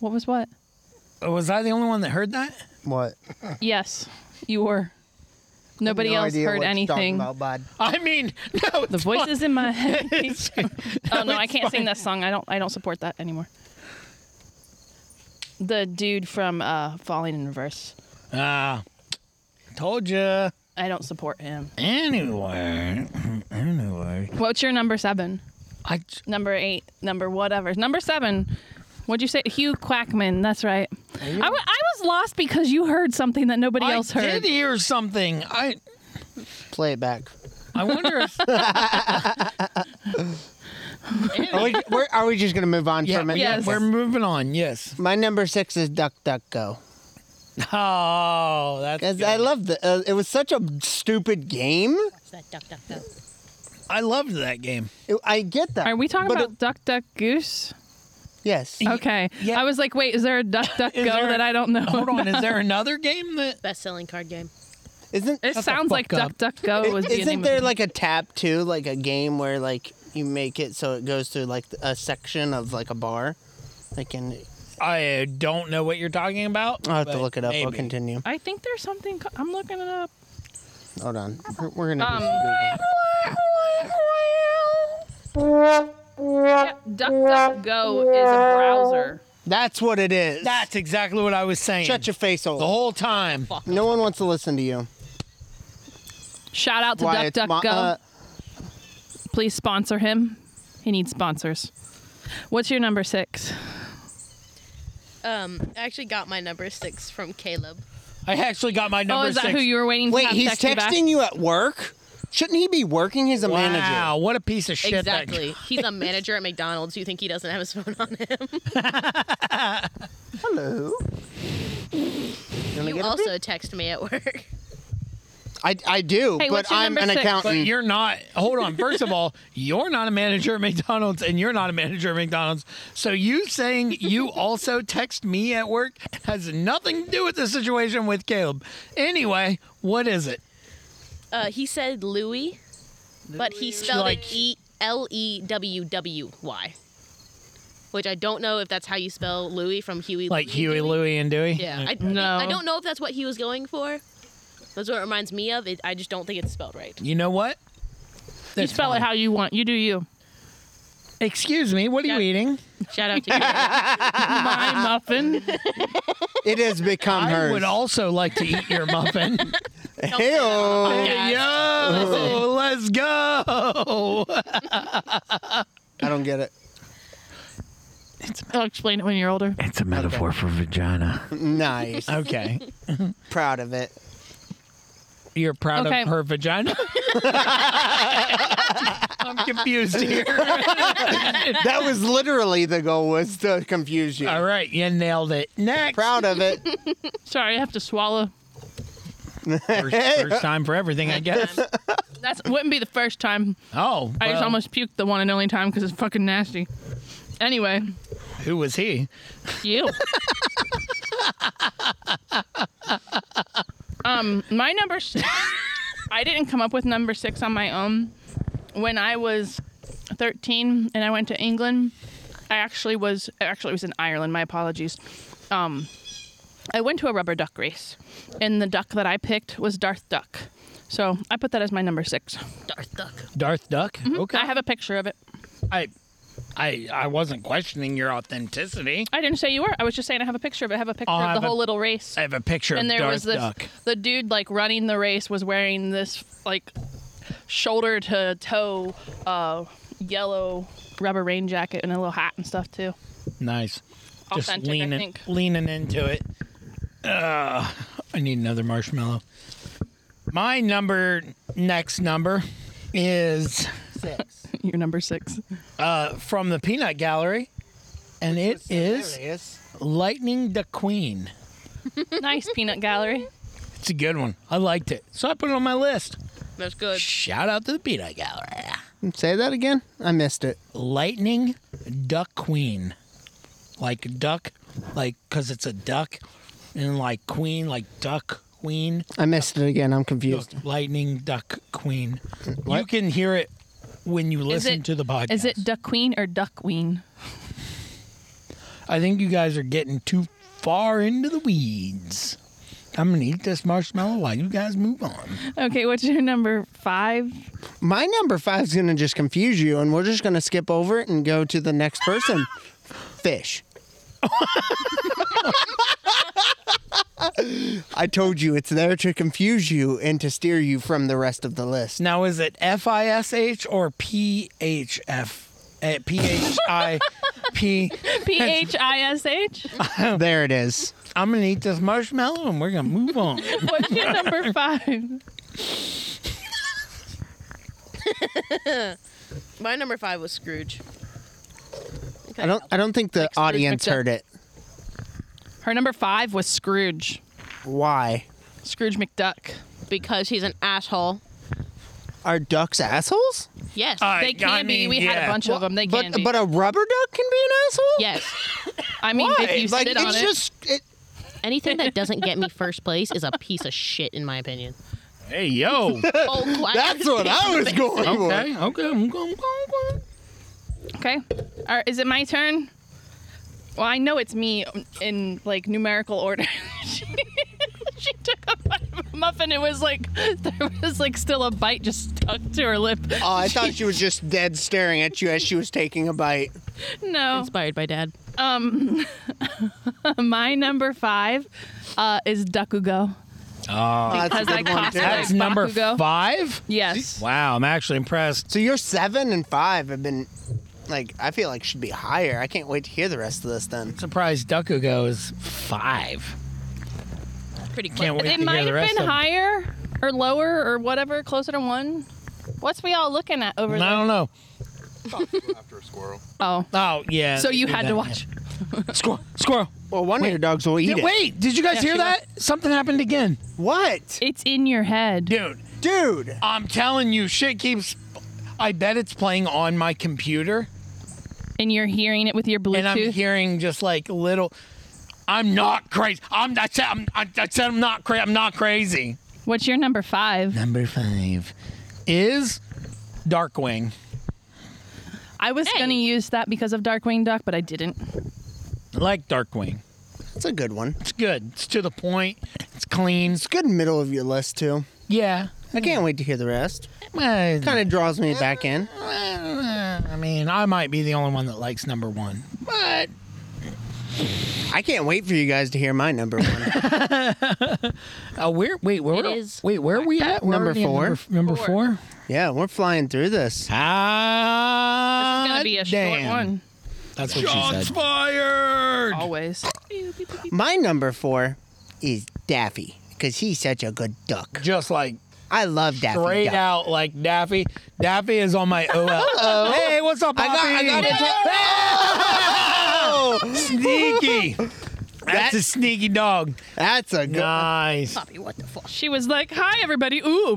[SPEAKER 3] What was what?
[SPEAKER 2] Was I the only one that heard that?
[SPEAKER 1] What?
[SPEAKER 3] Yes, you were. Nobody else heard anything.
[SPEAKER 2] I mean, <laughs> no.
[SPEAKER 3] The
[SPEAKER 2] it's
[SPEAKER 3] voices in
[SPEAKER 2] <laughs>
[SPEAKER 3] my head. <laughs>
[SPEAKER 2] fine.
[SPEAKER 3] oh no, I
[SPEAKER 2] it's
[SPEAKER 3] can't sing
[SPEAKER 2] fine.
[SPEAKER 3] that song. I don't. I don't support that anymore. The dude from uh, Falling in Reverse.
[SPEAKER 2] Ah, told you.
[SPEAKER 3] I don't support him.
[SPEAKER 2] Anyway, <clears throat> anyway,
[SPEAKER 3] What's your number seven?
[SPEAKER 2] I
[SPEAKER 3] Number eight? Number whatever? Number seven? What'd you say? Hugh Quackman. That's right. I, w- I was lost because you heard something that nobody else
[SPEAKER 2] I
[SPEAKER 3] heard.
[SPEAKER 2] did hear something. I
[SPEAKER 1] Play it back.
[SPEAKER 2] I
[SPEAKER 1] <laughs>
[SPEAKER 2] wonder if
[SPEAKER 1] Are we, we're, are we just gonna move on
[SPEAKER 2] yeah,
[SPEAKER 1] from it?
[SPEAKER 3] Yes.
[SPEAKER 2] we're moving on. Yes.
[SPEAKER 1] My number six is Duck Duck Go.
[SPEAKER 2] Oh, that's
[SPEAKER 1] 'Cause
[SPEAKER 2] good.
[SPEAKER 1] I love the. Uh, it was such a stupid game.
[SPEAKER 5] It's that duck duck duck.
[SPEAKER 2] I loved that game.
[SPEAKER 1] It- I get that.
[SPEAKER 3] Are we talking
[SPEAKER 1] but
[SPEAKER 3] about Oh,
[SPEAKER 1] it-
[SPEAKER 3] Duck Duck Goose?
[SPEAKER 1] Yes.
[SPEAKER 3] Okay.
[SPEAKER 2] yeah.
[SPEAKER 3] I was like, wait, is there a duck duck
[SPEAKER 2] <laughs>
[SPEAKER 3] go
[SPEAKER 2] Is there-
[SPEAKER 3] that I don't know?
[SPEAKER 2] Hold on,
[SPEAKER 3] about?
[SPEAKER 2] is there another game that
[SPEAKER 5] Best selling card game.
[SPEAKER 1] Isn't
[SPEAKER 3] It
[SPEAKER 2] the
[SPEAKER 3] sounds like
[SPEAKER 2] fuck
[SPEAKER 3] duck
[SPEAKER 2] up.
[SPEAKER 3] duck go was the name
[SPEAKER 1] isn't
[SPEAKER 3] of
[SPEAKER 1] there
[SPEAKER 3] it.
[SPEAKER 1] like a tap too, like a game where like you make it so it goes through like a section of like a bar? Like in
[SPEAKER 2] I don't know what you're talking about?
[SPEAKER 1] I'll have to
[SPEAKER 2] but
[SPEAKER 1] look it up. We'll
[SPEAKER 2] maybe.
[SPEAKER 1] continue.
[SPEAKER 3] I think there's something. co- I'm looking it up.
[SPEAKER 1] Hold on. We're, we're gonna. do
[SPEAKER 3] Um,
[SPEAKER 1] some Google.
[SPEAKER 3] Yeah, DuckDuckGo is a browser.
[SPEAKER 1] That's what it is.
[SPEAKER 2] That's exactly what I was saying.
[SPEAKER 1] shut your face,
[SPEAKER 2] the
[SPEAKER 1] old.
[SPEAKER 2] whole time.
[SPEAKER 1] No one wants to listen to you.
[SPEAKER 3] Shout out to
[SPEAKER 1] Why, it's mo-
[SPEAKER 3] DuckDuckGo.
[SPEAKER 1] uh,
[SPEAKER 3] Please sponsor him. He needs sponsors. What's your number six?
[SPEAKER 5] Um, I actually got my number six from Caleb.
[SPEAKER 2] I actually got my number
[SPEAKER 3] oh, is that
[SPEAKER 2] six.
[SPEAKER 3] who you were waiting to
[SPEAKER 1] Wait,
[SPEAKER 3] have
[SPEAKER 1] he's
[SPEAKER 3] text you back?
[SPEAKER 1] texting you at work? Shouldn't he be working? He's a
[SPEAKER 2] wow,
[SPEAKER 1] manager.
[SPEAKER 2] what a piece of shit. that-
[SPEAKER 5] exactly. He's a manager at McDonald's. You think he doesn't have his phone on him?
[SPEAKER 1] Hello. You wanna
[SPEAKER 5] You
[SPEAKER 1] get a
[SPEAKER 5] also
[SPEAKER 1] bit?
[SPEAKER 5] text me at work.
[SPEAKER 1] I, I do,
[SPEAKER 3] Hey,
[SPEAKER 1] but
[SPEAKER 3] what's your
[SPEAKER 1] I'm
[SPEAKER 3] number
[SPEAKER 1] an
[SPEAKER 3] six?
[SPEAKER 2] But
[SPEAKER 1] accountant.
[SPEAKER 2] you're not. Hold on. First of all, you're not a manager at McDonald's, and you're not a manager at McDonald's. So you saying you also text me at work has nothing to do with the situation with Caleb. Anyway, what is it?
[SPEAKER 5] Uh, he said Louis, but he spelled
[SPEAKER 2] Like-
[SPEAKER 5] it E L E W W Y, which I don't know if that's how you spell Louis from Huey.
[SPEAKER 2] Like
[SPEAKER 5] Louie
[SPEAKER 2] Huey,
[SPEAKER 5] Dewey.
[SPEAKER 2] Louie, and Dewey?
[SPEAKER 5] Yeah, I,
[SPEAKER 3] No.
[SPEAKER 5] I don't know if that's what he was going for. That's what it reminds me of. It, I just don't think it's spelled right.
[SPEAKER 2] You know what?
[SPEAKER 3] You
[SPEAKER 2] That's
[SPEAKER 3] spell
[SPEAKER 2] fine.
[SPEAKER 3] it how you want. You do you.
[SPEAKER 2] Excuse me. What are you
[SPEAKER 5] Yeah.
[SPEAKER 2] eating?
[SPEAKER 5] Shout out to Caleb.
[SPEAKER 1] Ah,
[SPEAKER 3] My muffin.
[SPEAKER 1] It has become
[SPEAKER 2] <laughs> I
[SPEAKER 1] hers.
[SPEAKER 2] would also like to eat your muffin.
[SPEAKER 1] Heyo.
[SPEAKER 2] Hey, yo, let's go.
[SPEAKER 1] <laughs> I don't get it.
[SPEAKER 3] I'll explain it when you're older.
[SPEAKER 2] It's a metaphor for vagina. <laughs>
[SPEAKER 1] Nice.
[SPEAKER 2] Okay.
[SPEAKER 1] proud of it.
[SPEAKER 2] You're proud
[SPEAKER 3] Okay.
[SPEAKER 2] of her
[SPEAKER 3] <laughs>
[SPEAKER 2] vagina? I'm confused here.
[SPEAKER 1] That was literally the goal was to confuse you.
[SPEAKER 2] All right, you nailed it. Next.
[SPEAKER 1] Proud of
[SPEAKER 2] <laughs>
[SPEAKER 1] it.
[SPEAKER 3] Sorry, I have to swallow.
[SPEAKER 2] First, first time for everything, I guess.
[SPEAKER 3] That's wouldn't be the first time.
[SPEAKER 2] Oh,
[SPEAKER 3] I just
[SPEAKER 2] well,
[SPEAKER 3] almost puked the one and only time because it's fucking nasty. Anyway,
[SPEAKER 2] Who was he?
[SPEAKER 3] you. um, my number. Six, <laughs> I didn't come up with number six on my own. When I was 13 and I went to England, I actually was actually it was in Ireland. My apologies. Um, I went to a rubber duck race, and the duck that I picked was Darth Duck. So I put that as my number six.
[SPEAKER 5] Darth Duck.
[SPEAKER 2] Darth Duck. Okay.
[SPEAKER 3] Mm-hmm. I have a picture of it.
[SPEAKER 2] I, I, I wasn't questioning your authenticity.
[SPEAKER 3] I didn't say you were. I was just saying I have a picture of it. I have a picture
[SPEAKER 2] I'll
[SPEAKER 3] of
[SPEAKER 2] have
[SPEAKER 3] the
[SPEAKER 2] a-
[SPEAKER 3] whole little race.
[SPEAKER 2] Oh, I have a picture
[SPEAKER 3] and
[SPEAKER 2] of
[SPEAKER 3] there
[SPEAKER 2] Darth
[SPEAKER 3] was this
[SPEAKER 2] Duck.
[SPEAKER 3] the dude like running the race was wearing this like shoulder to toe uh yellow rubber rain jacket and a little hat and stuff too.
[SPEAKER 2] Nice.
[SPEAKER 3] Authentic,
[SPEAKER 2] Just
[SPEAKER 3] I
[SPEAKER 2] leaning,
[SPEAKER 3] think.
[SPEAKER 2] leaning into it. Ugh, I need another marshmallow. My number, next number, is
[SPEAKER 1] Six.
[SPEAKER 3] <laughs> You're number six.
[SPEAKER 2] uh, from the Peanut Gallery, and it is Lightning the Queen.
[SPEAKER 3] nice peanut gallery.
[SPEAKER 2] It's a good one. I liked it, so I put it on my list.
[SPEAKER 5] That's good.
[SPEAKER 2] Shout out to the Peanut Gallery.
[SPEAKER 1] Say that again. I missed it.
[SPEAKER 2] Lightning Duck Queen. Like duck, like, because it's a duck, and like queen, like duck queen.
[SPEAKER 1] I missed it again. I'm confused.
[SPEAKER 2] Lightning Duck Queen. You can hear it when you listen
[SPEAKER 3] it-
[SPEAKER 2] to the podcast.
[SPEAKER 3] Is it duck queen or duck queen?
[SPEAKER 2] I think you guys are getting too far into the weeds. I'm gonna eat this marshmallow while you guys move on.
[SPEAKER 3] Okay, what's your number
[SPEAKER 2] <laughs>
[SPEAKER 3] five?
[SPEAKER 1] My number five's gonna just confuse you, and we're just gonna skip over it and go to the next
[SPEAKER 2] <laughs>
[SPEAKER 1] person. Fish. <laughs> I told you it's there to confuse you and to steer you from the rest of the list.
[SPEAKER 2] Now, is it F I S H or P H F? eh, P H I P.
[SPEAKER 3] P H I S H.
[SPEAKER 1] <laughs> There it is.
[SPEAKER 2] I'm gonna eat this marshmallow and we're gonna move <laughs> on.
[SPEAKER 3] What's your number five?
[SPEAKER 5] My number five was Scrooge.
[SPEAKER 1] I don't. I don't think the audience
[SPEAKER 3] McDuck.
[SPEAKER 1] heard it.
[SPEAKER 3] Her number five was Scrooge.
[SPEAKER 1] Why?
[SPEAKER 3] Scrooge McDuck.
[SPEAKER 5] Because he's an asshole.
[SPEAKER 1] Are ducks assholes?
[SPEAKER 3] Yes,
[SPEAKER 2] I-
[SPEAKER 3] they can
[SPEAKER 2] I
[SPEAKER 3] be.
[SPEAKER 2] mean,
[SPEAKER 3] We had
[SPEAKER 2] yeah.
[SPEAKER 3] a bunch of them. They
[SPEAKER 1] but
[SPEAKER 3] can be.
[SPEAKER 1] but a rubber duck can be an asshole.
[SPEAKER 5] Yes.
[SPEAKER 3] I mean,
[SPEAKER 1] Why?
[SPEAKER 3] if you
[SPEAKER 1] like
[SPEAKER 3] sit
[SPEAKER 1] it's
[SPEAKER 3] on it,
[SPEAKER 1] just it,
[SPEAKER 5] Anything that doesn't get me first place is a piece of shit, in my opinion.
[SPEAKER 2] <laughs> Hey, yo.
[SPEAKER 5] Oh, I
[SPEAKER 1] that's what I
[SPEAKER 3] <laughs>
[SPEAKER 1] was going for.
[SPEAKER 2] okay, okay, I'm going, i
[SPEAKER 3] okay. All right, is it my turn? Well, I know it's me in like numerical order. <laughs> she, she took a bite of a <laughs> muffin. It was like <laughs> there was like still a bite just stuck to her lip.
[SPEAKER 1] Oh, I thought she was just dead staring at you as she was taking a bite.
[SPEAKER 3] No,
[SPEAKER 5] Inspired by dad.
[SPEAKER 3] um, my number five uh, is Dakugo.
[SPEAKER 1] Oh, that's a
[SPEAKER 3] <laughs> Because I
[SPEAKER 1] good one
[SPEAKER 3] cost
[SPEAKER 1] too.
[SPEAKER 3] it.
[SPEAKER 2] That's number
[SPEAKER 3] Bakugo.
[SPEAKER 2] five?
[SPEAKER 3] Yes.
[SPEAKER 2] Wow, I'm actually impressed.
[SPEAKER 1] So your seven and five have been, like, I feel like should be higher. I can't wait to hear the rest of this then.
[SPEAKER 2] Surprised Duckugo is five.
[SPEAKER 5] Pretty
[SPEAKER 2] Can't wait
[SPEAKER 3] It
[SPEAKER 2] to hear
[SPEAKER 3] might
[SPEAKER 2] the
[SPEAKER 3] have
[SPEAKER 2] rest
[SPEAKER 3] been
[SPEAKER 2] of them.
[SPEAKER 3] higher or lower or whatever, closer to one. What's we all looking at over
[SPEAKER 2] I
[SPEAKER 3] there?
[SPEAKER 2] don't know.
[SPEAKER 6] after a squirrel.
[SPEAKER 3] Oh,
[SPEAKER 2] Oh, yeah.
[SPEAKER 3] so
[SPEAKER 2] they
[SPEAKER 3] you
[SPEAKER 2] do
[SPEAKER 3] had
[SPEAKER 2] that,
[SPEAKER 3] to watch.
[SPEAKER 2] yeah. Squirrel. Squirrel.
[SPEAKER 1] Well, one of your dogs will eat
[SPEAKER 2] Did-
[SPEAKER 1] it.
[SPEAKER 2] wait, did you guys
[SPEAKER 3] Yeah,
[SPEAKER 2] hear
[SPEAKER 3] she
[SPEAKER 2] that? Something happened again.
[SPEAKER 1] What?
[SPEAKER 3] It's in your head.
[SPEAKER 2] Dude,
[SPEAKER 1] Dude.
[SPEAKER 2] I'm telling you, shit keeps. I bet it's playing on my computer,
[SPEAKER 3] and you're hearing it with your Bluetooth.
[SPEAKER 2] and I'm hearing just like little. I'm not crazy. I'm. I said. I'm, I, I said. I'm not crazy. I'm not crazy.
[SPEAKER 3] What's your number five?
[SPEAKER 2] Number five is Darkwing.
[SPEAKER 3] I was
[SPEAKER 5] Hey.
[SPEAKER 3] gonna use that because of Darkwing Duck, but I didn't.
[SPEAKER 2] I like Darkwing.
[SPEAKER 1] That's a good one.
[SPEAKER 2] It's good. It's to the point. It's clean. It's-
[SPEAKER 1] Good middle of your list, too.
[SPEAKER 2] yeah.
[SPEAKER 1] I can't wait to hear the rest. Kind of draws me back in.
[SPEAKER 2] I mean, I might be the only one that likes number one, but
[SPEAKER 1] I can't wait for you guys to hear my number one.
[SPEAKER 2] uh, where? Wait, where?
[SPEAKER 5] It is-
[SPEAKER 2] Wait, where are we at? We're
[SPEAKER 1] Number
[SPEAKER 2] already at
[SPEAKER 1] four?
[SPEAKER 2] Number, f- number
[SPEAKER 3] Four.
[SPEAKER 2] four.
[SPEAKER 1] <laughs> yeah, we're flying through this.
[SPEAKER 2] Ah,
[SPEAKER 3] It's gonna be a short one.
[SPEAKER 2] That's what she said. Oh, fired.
[SPEAKER 3] Always.
[SPEAKER 1] My number four is Daffy, because he's such a good duck.
[SPEAKER 2] Just like
[SPEAKER 1] I love Daffy.
[SPEAKER 2] straight
[SPEAKER 1] Duck.
[SPEAKER 2] out, like Daffy. Daffy is on my
[SPEAKER 3] <laughs>
[SPEAKER 2] OL. Hey, what's up,
[SPEAKER 1] I got, I got
[SPEAKER 2] Poppy?
[SPEAKER 1] it.
[SPEAKER 2] Sneaky. That's
[SPEAKER 1] That-
[SPEAKER 2] a sneaky dog.
[SPEAKER 1] That's a good
[SPEAKER 2] Nice.
[SPEAKER 5] Poppy, what the fuck?
[SPEAKER 3] She was like, "Hi, everybody! Ooh,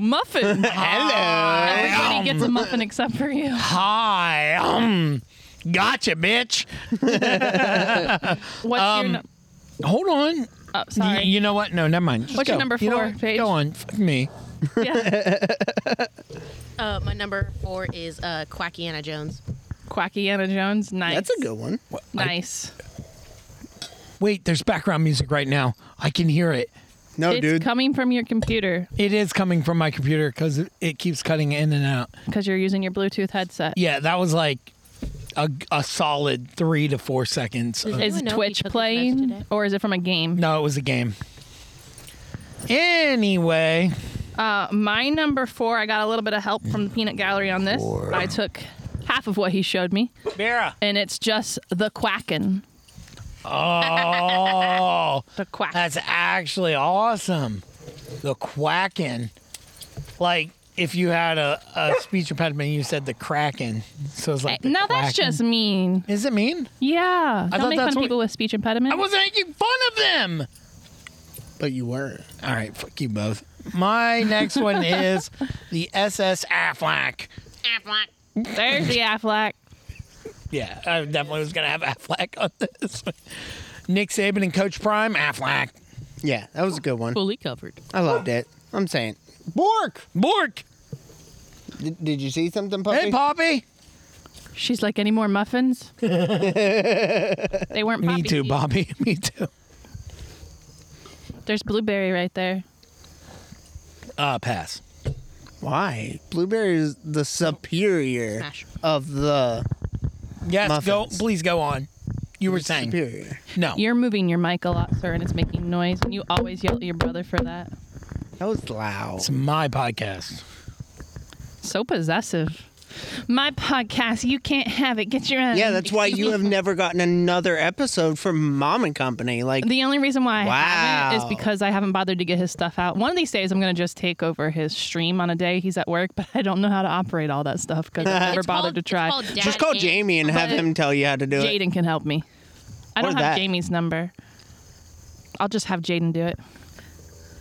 [SPEAKER 1] <laughs>
[SPEAKER 3] muffin!
[SPEAKER 2] Hello.
[SPEAKER 3] everybody gets a muffin except for you."
[SPEAKER 2] Hi. Um, gotcha, bitch.
[SPEAKER 3] What's
[SPEAKER 1] Um,
[SPEAKER 3] your? nu-
[SPEAKER 2] Hold on.
[SPEAKER 3] oh,
[SPEAKER 2] Y-
[SPEAKER 3] sorry.
[SPEAKER 2] You know what? No, never mind. Just
[SPEAKER 3] What's your
[SPEAKER 2] go.
[SPEAKER 3] number
[SPEAKER 2] You know
[SPEAKER 3] four,
[SPEAKER 2] what?
[SPEAKER 3] Paige?
[SPEAKER 2] Go on. Fuck me.
[SPEAKER 3] yeah.
[SPEAKER 5] Uh, my number four is uh, Quacky Anna Jones.
[SPEAKER 3] Quacky Anna Jones. Nice.
[SPEAKER 1] That's a good one.
[SPEAKER 3] Nice.
[SPEAKER 2] Wait, there's background music right now. I can hear it.
[SPEAKER 1] No,
[SPEAKER 3] it's
[SPEAKER 1] Oh, dude.
[SPEAKER 3] coming from your computer
[SPEAKER 2] It is coming from my computer because it, it keeps cutting in and out.
[SPEAKER 3] because you're using your Bluetooth headset.
[SPEAKER 2] Yeah, that was like a, a solid three to four seconds. of-
[SPEAKER 3] Is
[SPEAKER 5] Anyone know if
[SPEAKER 3] Twitch
[SPEAKER 5] he took his meds
[SPEAKER 3] playing
[SPEAKER 5] today?
[SPEAKER 3] or is it from a game?
[SPEAKER 2] no, it was a game. Anyway,
[SPEAKER 3] Uh, my number four, I got a little bit of help from the Peanut Gallery on this. I took half of what he showed me,
[SPEAKER 2] Vera.
[SPEAKER 3] and it's just the quacking.
[SPEAKER 2] Oh,
[SPEAKER 3] <laughs> The quack.
[SPEAKER 2] that's actually awesome. The quacking. Like if you had a, a speech impediment, you said the cracking. So it's like the
[SPEAKER 3] now that's
[SPEAKER 2] quacking.
[SPEAKER 3] just mean.
[SPEAKER 2] Is it mean?
[SPEAKER 3] Yeah.
[SPEAKER 2] I thought
[SPEAKER 3] Don't make fun
[SPEAKER 2] that's
[SPEAKER 3] of
[SPEAKER 2] what-
[SPEAKER 3] people with speech impediment.
[SPEAKER 2] I wasn't making fun of them.
[SPEAKER 1] But you were.
[SPEAKER 2] All right, fuck you both. My next
[SPEAKER 3] <laughs>
[SPEAKER 2] one is the SS Affleck.
[SPEAKER 3] There's the Affleck.
[SPEAKER 2] Yeah, I definitely was gonna have <laughs> Affleck on this. one. Nick Saban and Coach Prime, Affleck,
[SPEAKER 1] Yeah, that was a good one.
[SPEAKER 5] Fully covered.
[SPEAKER 1] I loved it. I'm saying. Bork!
[SPEAKER 2] Bork.
[SPEAKER 1] Did, did you see something, Puppy?
[SPEAKER 2] Hey, Poppy.
[SPEAKER 3] She's like, any more
[SPEAKER 2] <laughs>
[SPEAKER 3] muffins? they weren't
[SPEAKER 2] Me
[SPEAKER 3] poppy
[SPEAKER 2] too,
[SPEAKER 3] seeds. <laughs>
[SPEAKER 2] Bobby. Me too.
[SPEAKER 3] There's blueberry right there.
[SPEAKER 2] Uh, pass.
[SPEAKER 1] Why? Blueberry is the superior
[SPEAKER 5] Smash.
[SPEAKER 1] of the
[SPEAKER 2] Yes,
[SPEAKER 1] Muffins.
[SPEAKER 2] go. Please go on. You were saying
[SPEAKER 1] superior.
[SPEAKER 2] no.
[SPEAKER 3] You're moving your mic a lot, sir, and it's making noise. And you always yell at your brother for that.
[SPEAKER 1] That was loud.
[SPEAKER 2] it's my podcast.
[SPEAKER 3] So possessive. My podcast, you can't have it. Get your own.
[SPEAKER 1] Yeah, that's why
[SPEAKER 3] <laughs>
[SPEAKER 1] you have never gotten another episode from Mom and Company. Like,
[SPEAKER 3] The only reason why I haven't
[SPEAKER 1] Wow.
[SPEAKER 3] is because I haven't bothered to get his stuff out. One of these days, I'm going to just take over his stream on a day he's at work, <laughs> but I don't know how to operate all that stuff
[SPEAKER 1] <laughs>
[SPEAKER 3] because I've never
[SPEAKER 5] It's
[SPEAKER 3] bothered
[SPEAKER 5] called-
[SPEAKER 3] to
[SPEAKER 5] it's
[SPEAKER 3] try.
[SPEAKER 5] called Dad
[SPEAKER 1] just call
[SPEAKER 5] Ants.
[SPEAKER 1] Jamie and have
[SPEAKER 3] But-
[SPEAKER 1] him tell you how to do it.
[SPEAKER 3] Jaden can help me. I
[SPEAKER 1] Or
[SPEAKER 3] don't have
[SPEAKER 1] that.
[SPEAKER 3] Jamie's number. I'll just have Jaden do it.
[SPEAKER 1] Uh,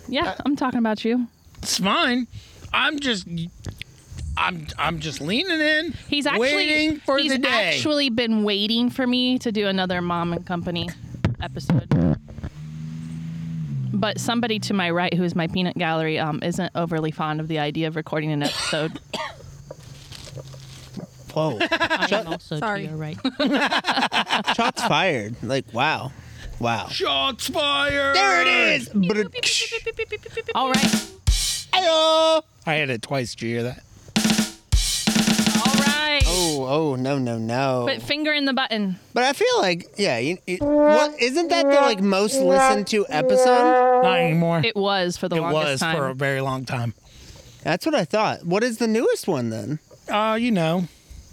[SPEAKER 3] Yeah, I'm talking about you.
[SPEAKER 2] It's fine. I'm just. I'm I'm just leaning in.
[SPEAKER 3] He's actually
[SPEAKER 2] waiting for
[SPEAKER 3] he's
[SPEAKER 2] the day.
[SPEAKER 3] actually been waiting for me to do another mom and company episode. But somebody to my right, who is my peanut gallery, um, isn't overly fond of the idea of recording an episode.
[SPEAKER 1] Whoa.
[SPEAKER 7] I am also
[SPEAKER 4] Sorry.
[SPEAKER 7] to your
[SPEAKER 5] <laughs>
[SPEAKER 7] right.
[SPEAKER 3] <laughs>
[SPEAKER 1] Shots fired. Like, wow. Wow.
[SPEAKER 2] Shots fired.
[SPEAKER 1] There it is. Brr-ksh.
[SPEAKER 7] All right.
[SPEAKER 1] Ayo.
[SPEAKER 2] I had it twice. Did you hear that?
[SPEAKER 3] All right.
[SPEAKER 1] Oh, oh, no, no, no.
[SPEAKER 3] But finger in the button.
[SPEAKER 1] But I feel like, yeah, you, you, what, isn't that the like most listened to episode?
[SPEAKER 2] Not anymore.
[SPEAKER 3] It was for the
[SPEAKER 2] It
[SPEAKER 3] longest
[SPEAKER 2] was
[SPEAKER 3] time.
[SPEAKER 2] for a very long time.
[SPEAKER 1] That's what I thought. What is the newest one then?
[SPEAKER 2] Uh, you know,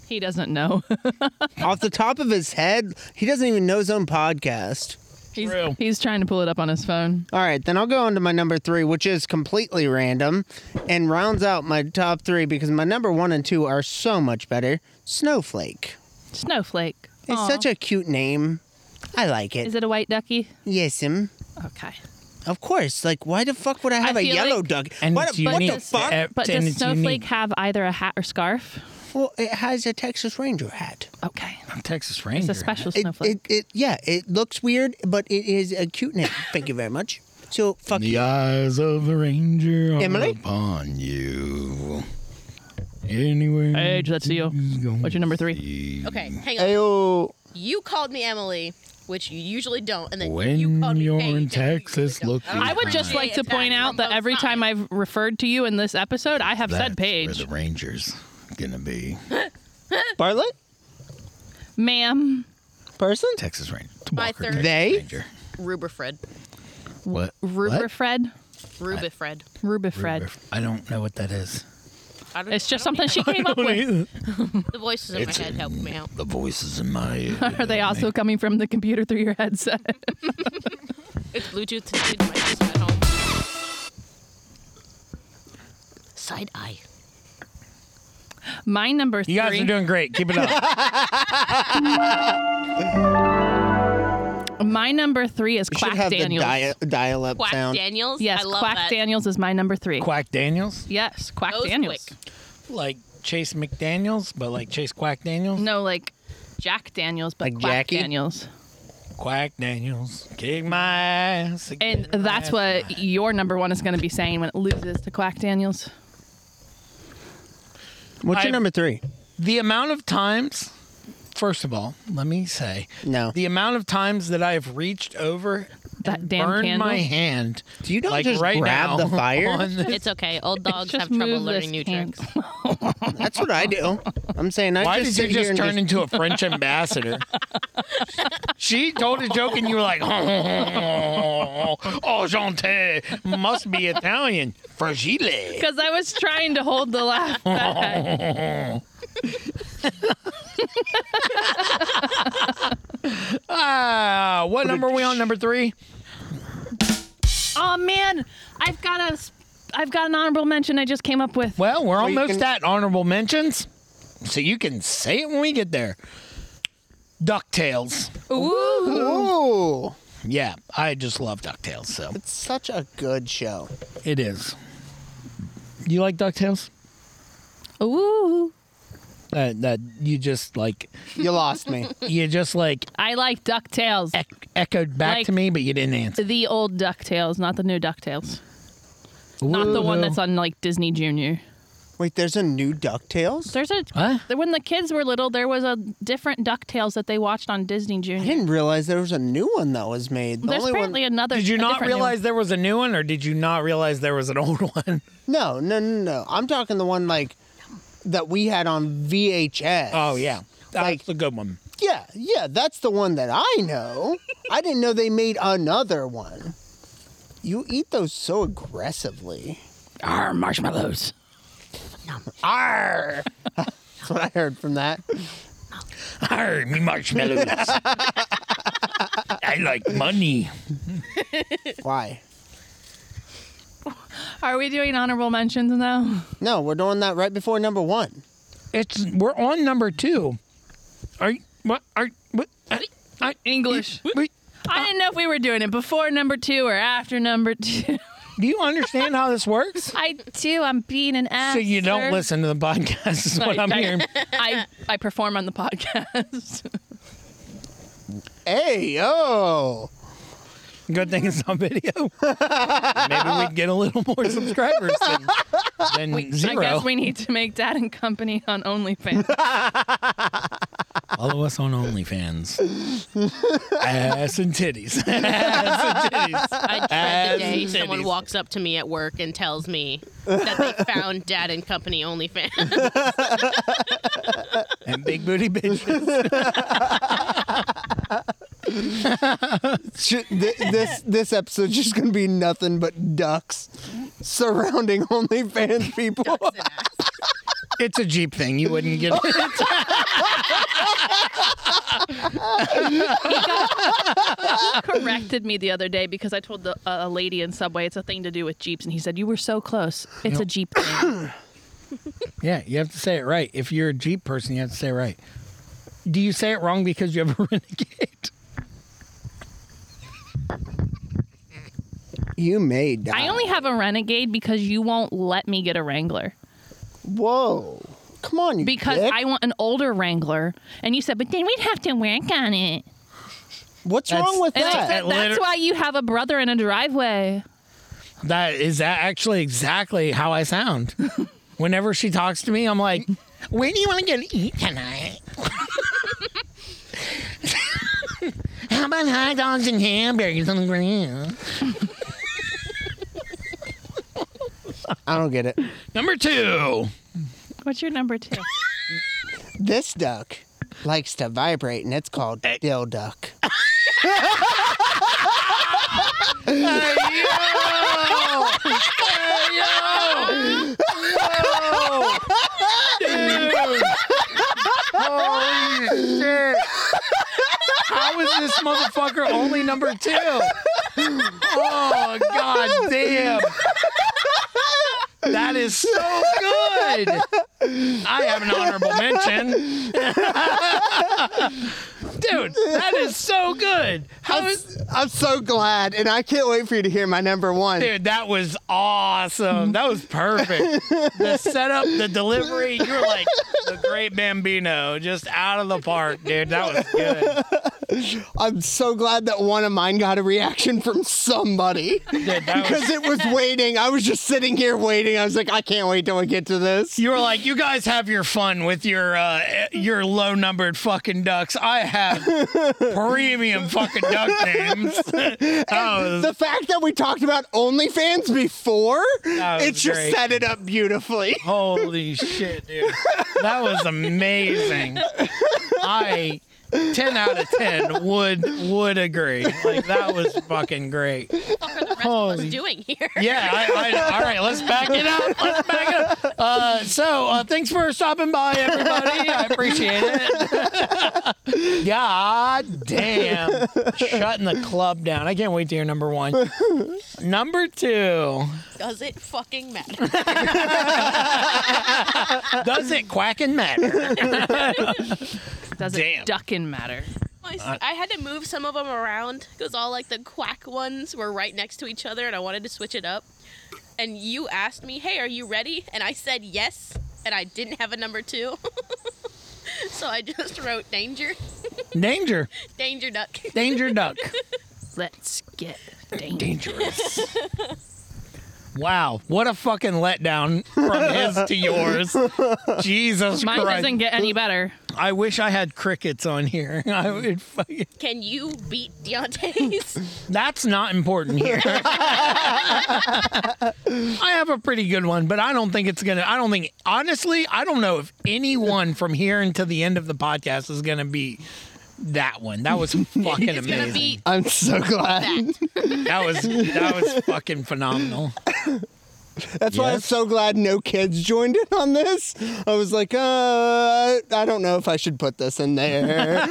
[SPEAKER 3] He doesn't know. <laughs>
[SPEAKER 1] Off the top of his head, he doesn't even know his own podcast.
[SPEAKER 3] he's,
[SPEAKER 2] True.
[SPEAKER 3] he's trying to pull it up on his phone.
[SPEAKER 1] All right, then I'll go on to my number three, which is completely random, and rounds out my top three because my number one and two are so much better. Snowflake.
[SPEAKER 3] Snowflake.
[SPEAKER 1] It's
[SPEAKER 3] Aw.
[SPEAKER 1] such a cute name. I like it.
[SPEAKER 3] Is it a white ducky?
[SPEAKER 1] Yes, him.
[SPEAKER 3] Okay.
[SPEAKER 1] Of course. Like, why the fuck would I have a
[SPEAKER 3] feel
[SPEAKER 1] yellow
[SPEAKER 3] like-
[SPEAKER 1] duck?
[SPEAKER 2] and
[SPEAKER 1] what,
[SPEAKER 2] it's
[SPEAKER 1] what
[SPEAKER 2] unique
[SPEAKER 1] the
[SPEAKER 2] to
[SPEAKER 1] fuck?
[SPEAKER 2] ev-
[SPEAKER 3] But
[SPEAKER 2] and
[SPEAKER 3] does
[SPEAKER 2] it's
[SPEAKER 3] Snowflake
[SPEAKER 2] unique.
[SPEAKER 3] have either a hat or scarf?
[SPEAKER 1] well, it has a Texas Ranger hat.
[SPEAKER 3] Okay.
[SPEAKER 2] Texas Ranger.
[SPEAKER 3] It's a special
[SPEAKER 1] It,
[SPEAKER 3] snowflake.
[SPEAKER 1] it, it, yeah, it looks weird, but it is a cute
[SPEAKER 3] <laughs>
[SPEAKER 1] name. Thank you very much. So, fuck
[SPEAKER 2] The
[SPEAKER 1] you.
[SPEAKER 2] eyes of a ranger are
[SPEAKER 1] Emily?
[SPEAKER 2] upon you. Anywhere.
[SPEAKER 3] Hey, that's you. What's your number three?
[SPEAKER 5] Okay, hang on.
[SPEAKER 1] Ayo.
[SPEAKER 5] You called me Emily, which you usually don't, and then
[SPEAKER 2] When
[SPEAKER 5] you called me
[SPEAKER 2] you're
[SPEAKER 5] Paige,
[SPEAKER 2] in
[SPEAKER 5] and you
[SPEAKER 2] Texas,
[SPEAKER 5] usually
[SPEAKER 2] look
[SPEAKER 5] don't.
[SPEAKER 2] I
[SPEAKER 3] I would just like to point out that every time I've referred to you in this episode, I have said
[SPEAKER 2] Where
[SPEAKER 3] Paige.
[SPEAKER 2] the Rangers gonna be?
[SPEAKER 1] Bartlett?
[SPEAKER 3] Ma'am.
[SPEAKER 1] Person?
[SPEAKER 2] Texas Ranger.
[SPEAKER 5] My
[SPEAKER 2] Walker,
[SPEAKER 5] third-
[SPEAKER 2] Texas
[SPEAKER 1] They?
[SPEAKER 2] Ranger.
[SPEAKER 5] Ruberfred.
[SPEAKER 2] What?
[SPEAKER 3] Ruber Fred.
[SPEAKER 5] Rubifred.
[SPEAKER 3] Ruber
[SPEAKER 2] What?
[SPEAKER 3] Fred.
[SPEAKER 2] Ruber- I don't know what that is.
[SPEAKER 5] I don't,
[SPEAKER 3] It's just
[SPEAKER 5] I don't
[SPEAKER 3] something she came up with.
[SPEAKER 5] need- The voices in my
[SPEAKER 2] It's-
[SPEAKER 5] head helped me out.
[SPEAKER 2] The voices in my
[SPEAKER 1] <laughs>
[SPEAKER 2] head.
[SPEAKER 3] Are they also coming from the computer through your headset?
[SPEAKER 5] It's Bluetooth connected to my system at home. Side eye.
[SPEAKER 3] My number three.
[SPEAKER 2] You guys are doing great. Keep it up.
[SPEAKER 1] <laughs>
[SPEAKER 3] my number three is
[SPEAKER 1] You
[SPEAKER 3] Quack
[SPEAKER 1] should have
[SPEAKER 3] Daniels.
[SPEAKER 1] the dia- dial-up
[SPEAKER 5] Quack
[SPEAKER 1] sound.
[SPEAKER 5] Daniels.
[SPEAKER 3] yes,
[SPEAKER 5] I love
[SPEAKER 3] Quack
[SPEAKER 5] that.
[SPEAKER 3] Daniels is my number three.
[SPEAKER 2] Quack Daniels,
[SPEAKER 3] Yes, Quack
[SPEAKER 5] That was
[SPEAKER 3] Daniels.
[SPEAKER 5] quick.
[SPEAKER 2] like Chase McDaniels, but like Chase Quack Daniels.
[SPEAKER 3] No, like Jack Daniels, but
[SPEAKER 1] Like
[SPEAKER 3] Quack
[SPEAKER 1] Jackie?
[SPEAKER 3] Daniels.
[SPEAKER 2] Quack Daniels, kick my ass.
[SPEAKER 3] And
[SPEAKER 2] kick my
[SPEAKER 3] that's
[SPEAKER 2] ass.
[SPEAKER 3] what your number one is going to be saying when it loses to Quack Daniels.
[SPEAKER 1] What's your
[SPEAKER 2] I-
[SPEAKER 1] number three?
[SPEAKER 2] the amount of times first of all let me say
[SPEAKER 1] No.
[SPEAKER 2] the amount of times that i've reached over
[SPEAKER 3] That
[SPEAKER 2] and
[SPEAKER 3] damn
[SPEAKER 2] burned
[SPEAKER 3] candle.
[SPEAKER 2] my hand
[SPEAKER 1] Do you not
[SPEAKER 2] like
[SPEAKER 1] just
[SPEAKER 2] right
[SPEAKER 1] grab
[SPEAKER 2] now
[SPEAKER 1] the fire?
[SPEAKER 2] <laughs> on
[SPEAKER 3] <laughs>
[SPEAKER 2] this-
[SPEAKER 5] It's okay. Old dogs
[SPEAKER 3] Just
[SPEAKER 5] have
[SPEAKER 3] move
[SPEAKER 5] trouble
[SPEAKER 3] this
[SPEAKER 5] learning new
[SPEAKER 3] can-
[SPEAKER 5] tricks.
[SPEAKER 1] That's what I do. I'm saying I
[SPEAKER 2] why
[SPEAKER 1] just
[SPEAKER 2] did
[SPEAKER 1] sit
[SPEAKER 2] you
[SPEAKER 1] here
[SPEAKER 2] just
[SPEAKER 1] and
[SPEAKER 2] turn into a
[SPEAKER 1] <laughs>
[SPEAKER 2] french ambassador she told a joke and you were like <laughs> oh, oh gente must be italian fragile
[SPEAKER 3] Because I was trying to hold the laugh back.
[SPEAKER 2] ah what number are we on number three
[SPEAKER 3] oh man, I've got a, s- I've got an honorable mention I just came up with.
[SPEAKER 2] well we're
[SPEAKER 1] you
[SPEAKER 2] almost
[SPEAKER 1] can-
[SPEAKER 2] at honorable mentions so you can say it when we get there ducktales
[SPEAKER 1] Ooh,
[SPEAKER 2] Yeah, I just love DuckTales, so
[SPEAKER 1] it's such a good show.
[SPEAKER 2] it is. You like DuckTales?
[SPEAKER 3] Ooh,
[SPEAKER 2] That that you just like
[SPEAKER 1] You lost
[SPEAKER 2] <laughs>
[SPEAKER 1] me.
[SPEAKER 2] you just like
[SPEAKER 3] I like Ducktales.
[SPEAKER 2] ec- echoed back
[SPEAKER 3] Like-
[SPEAKER 2] to me, but you didn't answer.
[SPEAKER 3] The old Ducktales, not the new Ducktales. Not the one that's on like Disney Junior.
[SPEAKER 1] Wait, there's a new Ducktales.
[SPEAKER 3] There's a
[SPEAKER 2] What?
[SPEAKER 3] when the kids were little, there was a different Ducktales that they watched on Disney
[SPEAKER 1] I
[SPEAKER 3] Junior.
[SPEAKER 1] didn't realize there was a new one that was made. The
[SPEAKER 3] There's
[SPEAKER 1] only one.
[SPEAKER 3] apparently another.
[SPEAKER 2] Did you
[SPEAKER 3] a
[SPEAKER 2] not
[SPEAKER 3] different new one.
[SPEAKER 2] realize there was a new one, or did you not realize there was an old <laughs> one?
[SPEAKER 1] No, no, no, no. I'm talking the one like that we had on VHS.
[SPEAKER 2] Oh yeah, that's
[SPEAKER 1] Like-
[SPEAKER 2] a good one. <laughs>
[SPEAKER 1] Yeah, yeah. That's the one that I know. I didn't know they made another one. You eat those so aggressively.
[SPEAKER 3] Our marshmallows.
[SPEAKER 1] Arr! That's what I heard from that.
[SPEAKER 2] Arr, me marshmallows. <laughs> I like money.
[SPEAKER 1] Why?
[SPEAKER 3] Are we doing honorable mentions now?
[SPEAKER 2] <laughs>
[SPEAKER 1] No, we're doing that right before number one.
[SPEAKER 2] It's we're on number two. Are you, what are what? I, I,
[SPEAKER 3] English.
[SPEAKER 2] wait. <laughs>
[SPEAKER 3] I didn't know if we were doing it before number two or after number two.
[SPEAKER 2] Do you understand how this works?
[SPEAKER 8] I do. I'm being an ass.
[SPEAKER 2] So you
[SPEAKER 8] sir.
[SPEAKER 2] don't listen to the podcast is what
[SPEAKER 3] I,
[SPEAKER 2] I'm
[SPEAKER 3] I-
[SPEAKER 2] hearing.
[SPEAKER 3] I, I perform on the podcast. <laughs>
[SPEAKER 1] Hey, yo.
[SPEAKER 2] Good thing it's on <laughs> video. Maybe we'd get a little more subscribers than, than zero.
[SPEAKER 3] I guess we need to make Dad and Company on OnlyFans.
[SPEAKER 2] <laughs> Follow us on OnlyFans. Ass and titties. Ass and titties.
[SPEAKER 5] I dread the day
[SPEAKER 2] As
[SPEAKER 5] someone
[SPEAKER 2] titties.
[SPEAKER 5] walks up to me at work and tells me that they found Dad and Company OnlyFans.
[SPEAKER 2] And big booty bitches.
[SPEAKER 1] Sh- th- this this episode's just gonna be nothing but ducks surrounding <laughs> OnlyFans people.
[SPEAKER 2] It's a Jeep thing. You wouldn't get it.
[SPEAKER 3] corrected me the other day because I told the, uh, a lady in Subway it's a thing to do with Jeeps, and he said, You were so close. It's a
[SPEAKER 2] Yep.
[SPEAKER 3] Jeep
[SPEAKER 2] <coughs>
[SPEAKER 3] thing.
[SPEAKER 2] Yeah, you have to say it right. If you're a Jeep person, you have to say it right. Do you say it wrong because you have a <laughs> renegade?
[SPEAKER 1] <laughs> You may die.
[SPEAKER 3] I only have a Renegade because you won't let me get a Wrangler.
[SPEAKER 1] Whoa. Come on, you
[SPEAKER 3] Because
[SPEAKER 1] dick.
[SPEAKER 3] I want an older Wrangler. And you said, But then we'd have to work on it.
[SPEAKER 1] What's
[SPEAKER 2] That's-
[SPEAKER 1] wrong with
[SPEAKER 3] And I
[SPEAKER 1] that?
[SPEAKER 3] said,
[SPEAKER 2] That
[SPEAKER 3] That's
[SPEAKER 2] liter-
[SPEAKER 3] why you have a brother in a driveway.
[SPEAKER 2] That is that actually exactly how I <laughs> sound. Whenever she talks to me, I'm like, "Where do you want to go to eat tonight? <laughs> how about hot dogs and hamburgers on the grill?"
[SPEAKER 1] I don't get it.
[SPEAKER 2] Number two.
[SPEAKER 3] What's your number two?
[SPEAKER 1] This duck likes to vibrate, and it's called dill duck.
[SPEAKER 2] Holy shit. How is this motherfucker only number two? Oh god damn. That is so good. I have an honorable mention. <laughs> Dude, that is so good. How is
[SPEAKER 1] I'm so glad, and I can't wait for you to hear my number one.
[SPEAKER 2] Dude, that was awesome. That was perfect. The setup, the delivery, you were like the great Bambino, just out of the park, dude. That was good.
[SPEAKER 1] I'm so glad that one of mine got a reaction from
[SPEAKER 3] <laughs>
[SPEAKER 1] somebody
[SPEAKER 2] Dude, that was
[SPEAKER 1] because it was waiting. I was just sitting here waiting. I was like, I can't wait till I get to this.
[SPEAKER 2] You were like, you guys have your fun with your uh, your low numbered fucking ducks. I have premium fucking duck names. <laughs> that was,
[SPEAKER 1] The fact that we talked about OnlyFans before,
[SPEAKER 2] That was
[SPEAKER 1] it just
[SPEAKER 2] great.
[SPEAKER 1] set it up beautifully.
[SPEAKER 2] holy shit, dude. That was amazing. I ten out of ten would would agree. Like that was fucking great.
[SPEAKER 5] What's
[SPEAKER 2] Holy
[SPEAKER 5] doing here?
[SPEAKER 2] Yeah, I, I, all right, let's back it up. Let's back it up. Uh, so, uh, thanks for stopping by, everybody. I appreciate it. God damn. Shutting the club down. I can't wait to hear number one. Number two.
[SPEAKER 5] Does it fucking matter?
[SPEAKER 2] Does it quacking matter?
[SPEAKER 3] <laughs> Does
[SPEAKER 2] Damn.
[SPEAKER 3] it ducking matter?
[SPEAKER 5] My s- <laughs> I had to move some of them around because all like the quack ones were right next to each other, and I wanted to switch it up. And you asked me, "Hey, are you ready?" And I said yes, and I didn't have a number two, <laughs> so I just wrote danger,
[SPEAKER 2] Danger.
[SPEAKER 5] danger duck.
[SPEAKER 2] Danger duck.
[SPEAKER 3] Let's get dangerous.
[SPEAKER 2] Dangerous. Wow, what a fucking letdown from his to yours. Jesus
[SPEAKER 3] Mine
[SPEAKER 2] Christ.
[SPEAKER 3] doesn't get any better.
[SPEAKER 2] I wish I had crickets on here. <laughs> I would fucking
[SPEAKER 5] Can you beat Deontay's?
[SPEAKER 2] That's not important here. <laughs> I have a pretty good one, but I don't think it's gonna. I don't think, honestly, I don't know if anyone from here until the end of the podcast is gonna be that one. That
[SPEAKER 3] <laughs>
[SPEAKER 2] was fucking
[SPEAKER 5] It's gonna
[SPEAKER 2] amazing.
[SPEAKER 5] beat
[SPEAKER 1] I'm so glad.
[SPEAKER 5] that.
[SPEAKER 2] that was that was fucking phenomenal.
[SPEAKER 1] That's why I'm
[SPEAKER 2] Yes.
[SPEAKER 1] so glad no kids joined in on this. I was like, uh, I don't know if I should put this in there.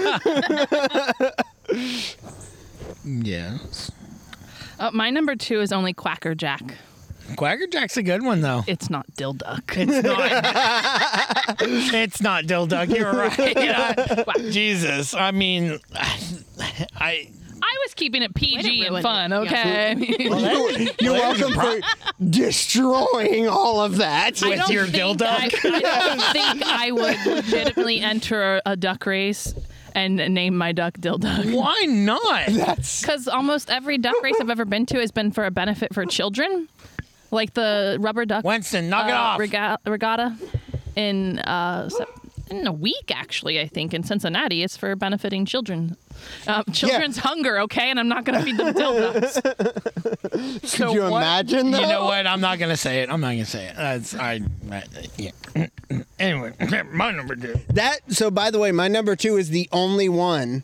[SPEAKER 2] Yes.
[SPEAKER 3] Uh, my number two is only Quacker Jack.
[SPEAKER 2] Quackerjack's a good one though.
[SPEAKER 3] It's not Dill Duck.
[SPEAKER 2] It's not. <laughs> it's not Dill <laughs> Duck. You're right. Jesus. I mean, I.
[SPEAKER 3] I was
[SPEAKER 9] just keeping it PG and
[SPEAKER 7] ruin
[SPEAKER 9] fun,
[SPEAKER 7] it.
[SPEAKER 9] okay?
[SPEAKER 1] <laughs>
[SPEAKER 3] <laughs>
[SPEAKER 1] You're welcome for destroying all of that
[SPEAKER 9] I don't think
[SPEAKER 1] build-up.
[SPEAKER 9] I-
[SPEAKER 3] I
[SPEAKER 9] don't think I
[SPEAKER 2] <laughs>
[SPEAKER 9] would
[SPEAKER 3] legitimately enter a duck race and name my duck Dilduck.
[SPEAKER 2] Why not?
[SPEAKER 1] That's
[SPEAKER 3] Because almost every duck race I've ever been to has been for a benefit for children, like the rubber duck.
[SPEAKER 2] Winston, knock it
[SPEAKER 3] uh,
[SPEAKER 2] off.
[SPEAKER 3] rega- regatta in uh, Sep- in a week, actually, I think in Cincinnati, it's for benefiting children, uh, children's hunger. Okay, and I'm not going to feed them dildos.
[SPEAKER 1] Could you imagine that?
[SPEAKER 2] You know what? I'm not gonna say it. I'm not gonna say it. That's I. I- yeah. <clears throat> Anyway, my number two.
[SPEAKER 1] That so by the way, my number 2 is the only one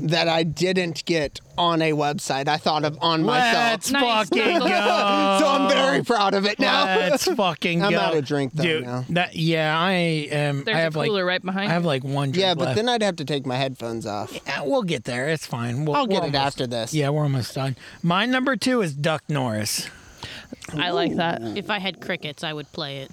[SPEAKER 1] that I didn't get on a website I thought of on
[SPEAKER 2] Let's
[SPEAKER 1] myself.
[SPEAKER 3] Nice.
[SPEAKER 2] fucking go.
[SPEAKER 3] Nice.
[SPEAKER 1] <laughs> so I'm very proud of it now.
[SPEAKER 2] Let's fucking go.
[SPEAKER 1] I'm out of drink, though,
[SPEAKER 2] Dude,
[SPEAKER 1] now.
[SPEAKER 2] that yeah, I am.
[SPEAKER 3] There's
[SPEAKER 2] I have
[SPEAKER 3] a cooler
[SPEAKER 2] like
[SPEAKER 3] right
[SPEAKER 2] I
[SPEAKER 3] behind.
[SPEAKER 2] have like one
[SPEAKER 1] <laughs>
[SPEAKER 2] drink
[SPEAKER 1] yeah, but
[SPEAKER 2] left.
[SPEAKER 1] then I'd have to take my headphones off.
[SPEAKER 2] Uh, we'll get there. It's fine. We'll,
[SPEAKER 1] I'll get
[SPEAKER 2] we're
[SPEAKER 1] it
[SPEAKER 2] almost-
[SPEAKER 1] after this.
[SPEAKER 2] Yeah, we're almost done. My number two is Duck Norris.
[SPEAKER 3] you. I like that.
[SPEAKER 7] If I had crickets, I would play it.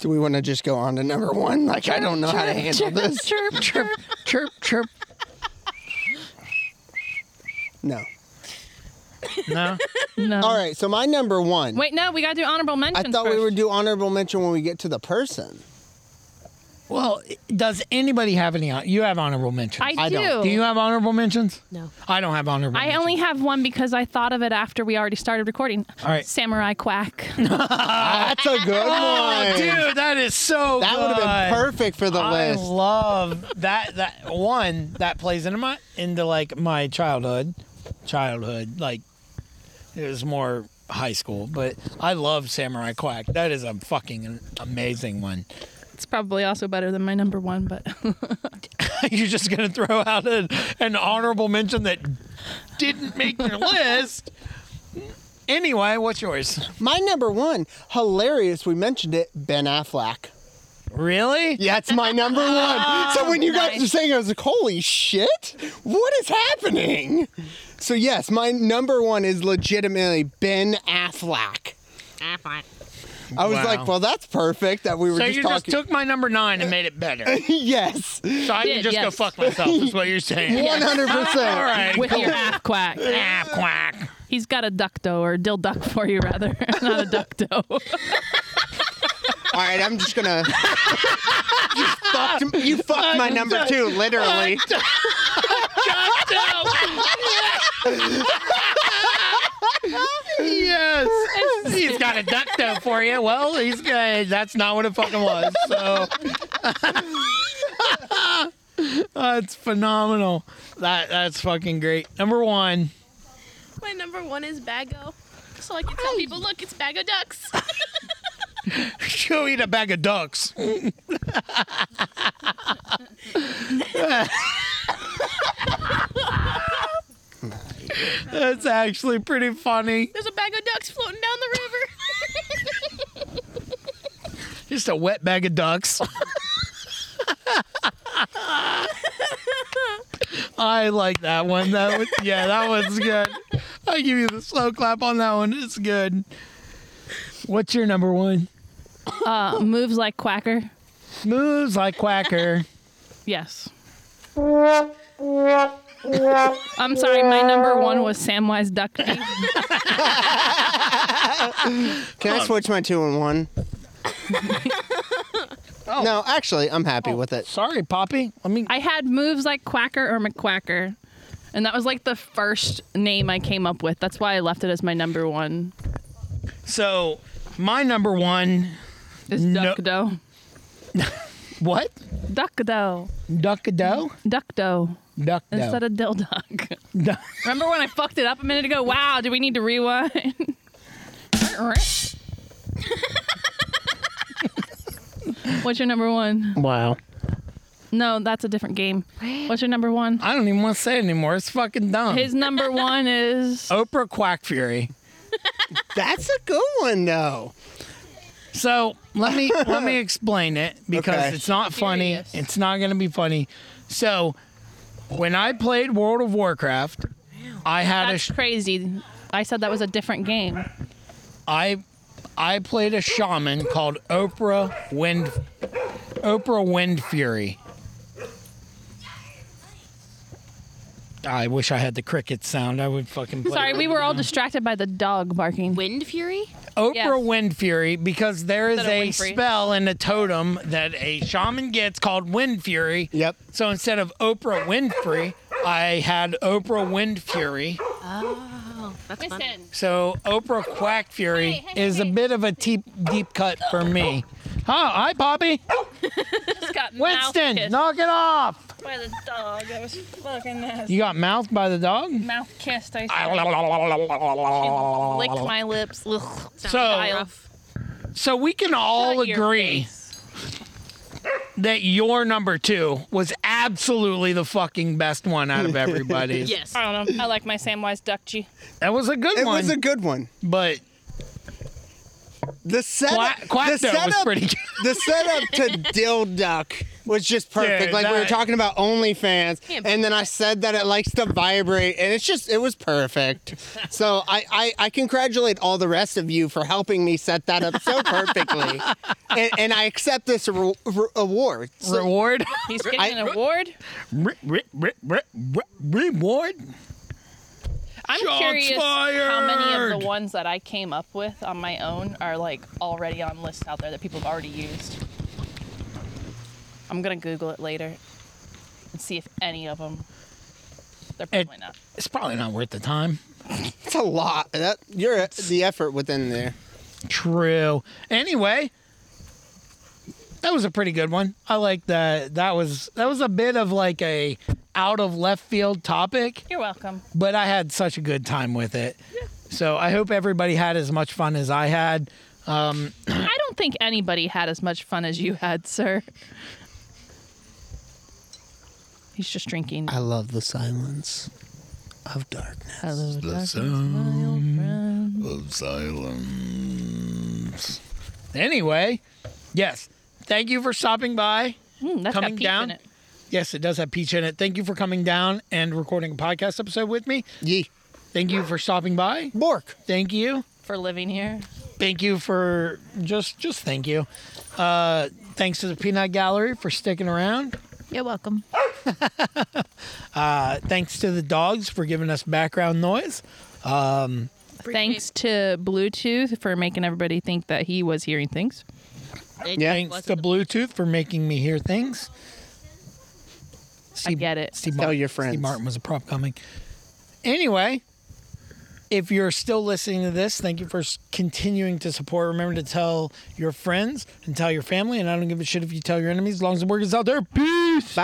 [SPEAKER 1] Do we want to just go on to number 1? Like I don't know how to handle this. <laughs>
[SPEAKER 2] Chirp, chirp, chirp, chirp.
[SPEAKER 1] No.
[SPEAKER 2] No.
[SPEAKER 3] No.
[SPEAKER 1] All right, so my number 1.
[SPEAKER 3] Wait, no, we got to do honorable
[SPEAKER 1] I
[SPEAKER 3] mentions.
[SPEAKER 1] thought
[SPEAKER 3] first.
[SPEAKER 1] we would do honorable mention when we get to the person.
[SPEAKER 2] Well, does anybody have any? hon- You have honorable mentions.
[SPEAKER 3] I,
[SPEAKER 1] I
[SPEAKER 3] do.
[SPEAKER 1] don't.
[SPEAKER 2] Do you have honorable mentions?
[SPEAKER 7] No.
[SPEAKER 2] I don't have honorable.
[SPEAKER 3] I only have one because I thought of it after we already started recording.
[SPEAKER 2] All right.
[SPEAKER 3] Samurai <laughs> Quack.
[SPEAKER 1] That's a good one.
[SPEAKER 2] Oh, Dude, that is so.
[SPEAKER 1] That would have been
[SPEAKER 2] good.
[SPEAKER 1] perfect for the
[SPEAKER 2] I
[SPEAKER 1] list.
[SPEAKER 2] love that that one that plays into my into like my childhood, childhood like it was more high school, but I love Samurai Quack. That is a fucking amazing one. <laughs>
[SPEAKER 3] It's probably also better than my number one, but
[SPEAKER 2] You're just gonna throw out an, an honorable mention that didn't
[SPEAKER 1] <laughs>
[SPEAKER 2] make your list. Anyway, what's yours?
[SPEAKER 1] My number one, hilarious, we mentioned it, Ben Affleck.
[SPEAKER 2] Really?
[SPEAKER 1] Yeah, it's my number
[SPEAKER 2] <laughs>
[SPEAKER 1] one. So when you guys were saying, I was like, holy shit, what is happening? So, yes, my number one is legitimately Ben Affleck.
[SPEAKER 7] Ah, fine.
[SPEAKER 1] I was
[SPEAKER 2] Wow.
[SPEAKER 1] like, well, that's perfect that we were
[SPEAKER 2] So
[SPEAKER 1] just
[SPEAKER 2] you just
[SPEAKER 1] talking.
[SPEAKER 2] took my number nine and made it better.
[SPEAKER 1] <laughs> yes, <laughs>
[SPEAKER 2] So I can
[SPEAKER 3] did,
[SPEAKER 2] just go
[SPEAKER 3] yes.
[SPEAKER 2] fuck myself. Is what you're saying?
[SPEAKER 1] 100%.
[SPEAKER 2] All right.
[SPEAKER 3] <laughs> with your half quack.
[SPEAKER 2] Ah, quack.
[SPEAKER 3] He's got a duck dough or a dill duck for you, rather. <laughs> Not a duck <laughs> dough.
[SPEAKER 1] All right, I'm just
[SPEAKER 2] <laughs>
[SPEAKER 1] gonna. you fucked, you fucked my number two, literally.
[SPEAKER 2] Yes. <laughs> he's got a duck dough for you. Well, he's uh, that's not what it fucking was. So <laughs> that's phenomenal. That that's fucking great. Number one.
[SPEAKER 5] My number one is Baggo. So I can tell people, look, it's Baggo ducks.
[SPEAKER 2] <laughs> She'll eat a bag of ducks. That's actually pretty funny.
[SPEAKER 5] There's a Baggo ducks floating down the river. <laughs>
[SPEAKER 2] Just a wet bag of ducks. I like that one. That was, yeah, that one's good. I give you the slow clap on that one. It's good. What's your number one?
[SPEAKER 3] Uh, moves like quacker.
[SPEAKER 2] Moves like <laughs> Quacker.
[SPEAKER 3] Yes. I'm sorry, my number one was Samwise <laughs> Duckby.
[SPEAKER 1] Can I switch my two and
[SPEAKER 2] <laughs>
[SPEAKER 1] one?
[SPEAKER 2] Oh.
[SPEAKER 1] No, actually, I'm happy with it.
[SPEAKER 2] Sorry, Poppy. Let me.
[SPEAKER 3] I had moves like Quacker or McQuacker. And that was like the first name I came up with. That's why I left it as my number one.
[SPEAKER 2] So, my number one.
[SPEAKER 3] Is
[SPEAKER 2] No-
[SPEAKER 3] duck dough.
[SPEAKER 2] What?
[SPEAKER 3] Duck dough.
[SPEAKER 2] Duck a dough?
[SPEAKER 3] Duck dough.
[SPEAKER 2] Duck dough. <laughs>
[SPEAKER 3] Instead of dill duck. <laughs>
[SPEAKER 2] Du-
[SPEAKER 3] Remember when I fucked it up a minute ago? Wow, do we need to rewind? <laughs> What's your number one?
[SPEAKER 2] wow.
[SPEAKER 3] No, that's a different game. What's your number one?
[SPEAKER 2] I don't even want to say it anymore. It's fucking dumb.
[SPEAKER 3] His number
[SPEAKER 2] <laughs>
[SPEAKER 3] one is
[SPEAKER 2] Oprah Quack Fury.
[SPEAKER 1] That's a good one, though.
[SPEAKER 2] So let <laughs> me let me explain it because
[SPEAKER 1] Okay.
[SPEAKER 2] it's not funny. It's not gonna be funny. So when I played World of Warcraft, I had a
[SPEAKER 3] that's
[SPEAKER 2] sh-
[SPEAKER 3] crazy. I said that was a different game. It
[SPEAKER 2] I I played a shaman called Oprah Wind Oprah Wind Fury. I wish I had the cricket sound. I would fucking. Play
[SPEAKER 9] Sorry,
[SPEAKER 2] it
[SPEAKER 9] we
[SPEAKER 2] right
[SPEAKER 9] were all
[SPEAKER 2] now.
[SPEAKER 9] distracted by the dog barking.
[SPEAKER 7] Wind fury?
[SPEAKER 2] Oprah
[SPEAKER 9] Yes.
[SPEAKER 2] Wind Fury because there is
[SPEAKER 10] Instead of
[SPEAKER 2] a
[SPEAKER 10] Winfrey.
[SPEAKER 2] spell in the totem that a shaman gets called Wind Fury.
[SPEAKER 1] Yep.
[SPEAKER 2] So instead of Oprah Winfrey, I had Oprah Wind Fury.
[SPEAKER 7] Oh, that's fun.
[SPEAKER 2] So Oprah Quack Fury is a bit of a deep deep cut for me. Oh, hi Poppy.
[SPEAKER 3] Just got
[SPEAKER 2] Winston,
[SPEAKER 3] mouth
[SPEAKER 2] knock it off.
[SPEAKER 3] by the dog. I was fucking
[SPEAKER 2] You got mouthed by the dog.
[SPEAKER 3] mouth kissed. I
[SPEAKER 2] Licked
[SPEAKER 3] licked my lips. Ugh.
[SPEAKER 2] So-
[SPEAKER 3] Oh.
[SPEAKER 2] So we can all
[SPEAKER 3] Shut your
[SPEAKER 2] agree that your number two was absolutely the fucking best one out
[SPEAKER 1] <laughs>
[SPEAKER 2] of everybody's.
[SPEAKER 7] Yes.
[SPEAKER 3] I don't know. I like my Samwise Duckgy.
[SPEAKER 2] That was a good
[SPEAKER 1] It
[SPEAKER 2] one.
[SPEAKER 1] was a good one.
[SPEAKER 2] but
[SPEAKER 1] The setup,
[SPEAKER 2] Quack-
[SPEAKER 1] the
[SPEAKER 2] Quack though
[SPEAKER 1] setup,
[SPEAKER 2] was pretty <laughs> good.
[SPEAKER 1] <laughs> the setup
[SPEAKER 2] <laughs>
[SPEAKER 1] to Dill Duck was just perfect.
[SPEAKER 2] Dude,
[SPEAKER 1] like we were
[SPEAKER 2] that-
[SPEAKER 1] talking about OnlyFans, and then I said that it likes to vibrate, and it's just it was
[SPEAKER 2] <laughs>
[SPEAKER 1] perfect. So I, I, I congratulate all the rest of you for helping me set that up so
[SPEAKER 2] <laughs>
[SPEAKER 1] perfectly, and, and I accept this re- re- award. So-
[SPEAKER 2] Reward.
[SPEAKER 3] He's getting
[SPEAKER 1] I-
[SPEAKER 3] an award.
[SPEAKER 2] Re- re- re- re- re- reward.
[SPEAKER 3] I'm
[SPEAKER 2] Shots
[SPEAKER 3] curious how many of
[SPEAKER 2] fired.
[SPEAKER 3] the ones that I came up with on my own are like already on lists out there that people have already used. I'm gonna Google it later and see if any of them. They're
[SPEAKER 2] It-
[SPEAKER 3] probably not.
[SPEAKER 2] It's probably not worth the time.
[SPEAKER 1] It's a lot. That, you're the effort within there.
[SPEAKER 2] True. Anyway, that was a pretty good one. I like that. That was that was a bit of like a out of left field topic.
[SPEAKER 3] You're welcome.
[SPEAKER 2] but I had such a good time with it. So I hope everybody had as much fun as I had.
[SPEAKER 9] I don't think anybody had as much fun as you had, sir.
[SPEAKER 3] He's just drinking.
[SPEAKER 1] I love the silence of darkness.
[SPEAKER 2] Anyway, yes, thank you for stopping by.
[SPEAKER 3] Mm, that's
[SPEAKER 2] Coming
[SPEAKER 3] got peach
[SPEAKER 2] down?
[SPEAKER 3] in it.
[SPEAKER 2] Yes, it does have peach in it. Thank you for coming down and recording a podcast episode with me.
[SPEAKER 1] Ye
[SPEAKER 2] Thank you for stopping by.
[SPEAKER 1] Bork.
[SPEAKER 2] Thank you.
[SPEAKER 3] for living here.
[SPEAKER 2] Thank you for just just thank you. Uh, thanks to the Peanut Gallery for sticking around.
[SPEAKER 8] You're welcome.
[SPEAKER 2] Uh, thanks to the dogs for giving us background noise.
[SPEAKER 9] Thanks to Bluetooth for making everybody think that he was hearing things.
[SPEAKER 7] It
[SPEAKER 1] Yeah.
[SPEAKER 7] wasn't
[SPEAKER 2] Thanks to Bluetooth for making me hear things.
[SPEAKER 9] I get it.
[SPEAKER 2] Steve
[SPEAKER 1] Tell
[SPEAKER 2] Martin,
[SPEAKER 1] your
[SPEAKER 2] Steve
[SPEAKER 1] friends.
[SPEAKER 2] Martin was a prop coming. Anyway, if you're still listening to this, thank you for s- continuing to support. Remember to tell your friends and tell your family. And I don't give a shit if you tell your enemies, as long as the word is out there. Peace.
[SPEAKER 1] Bye.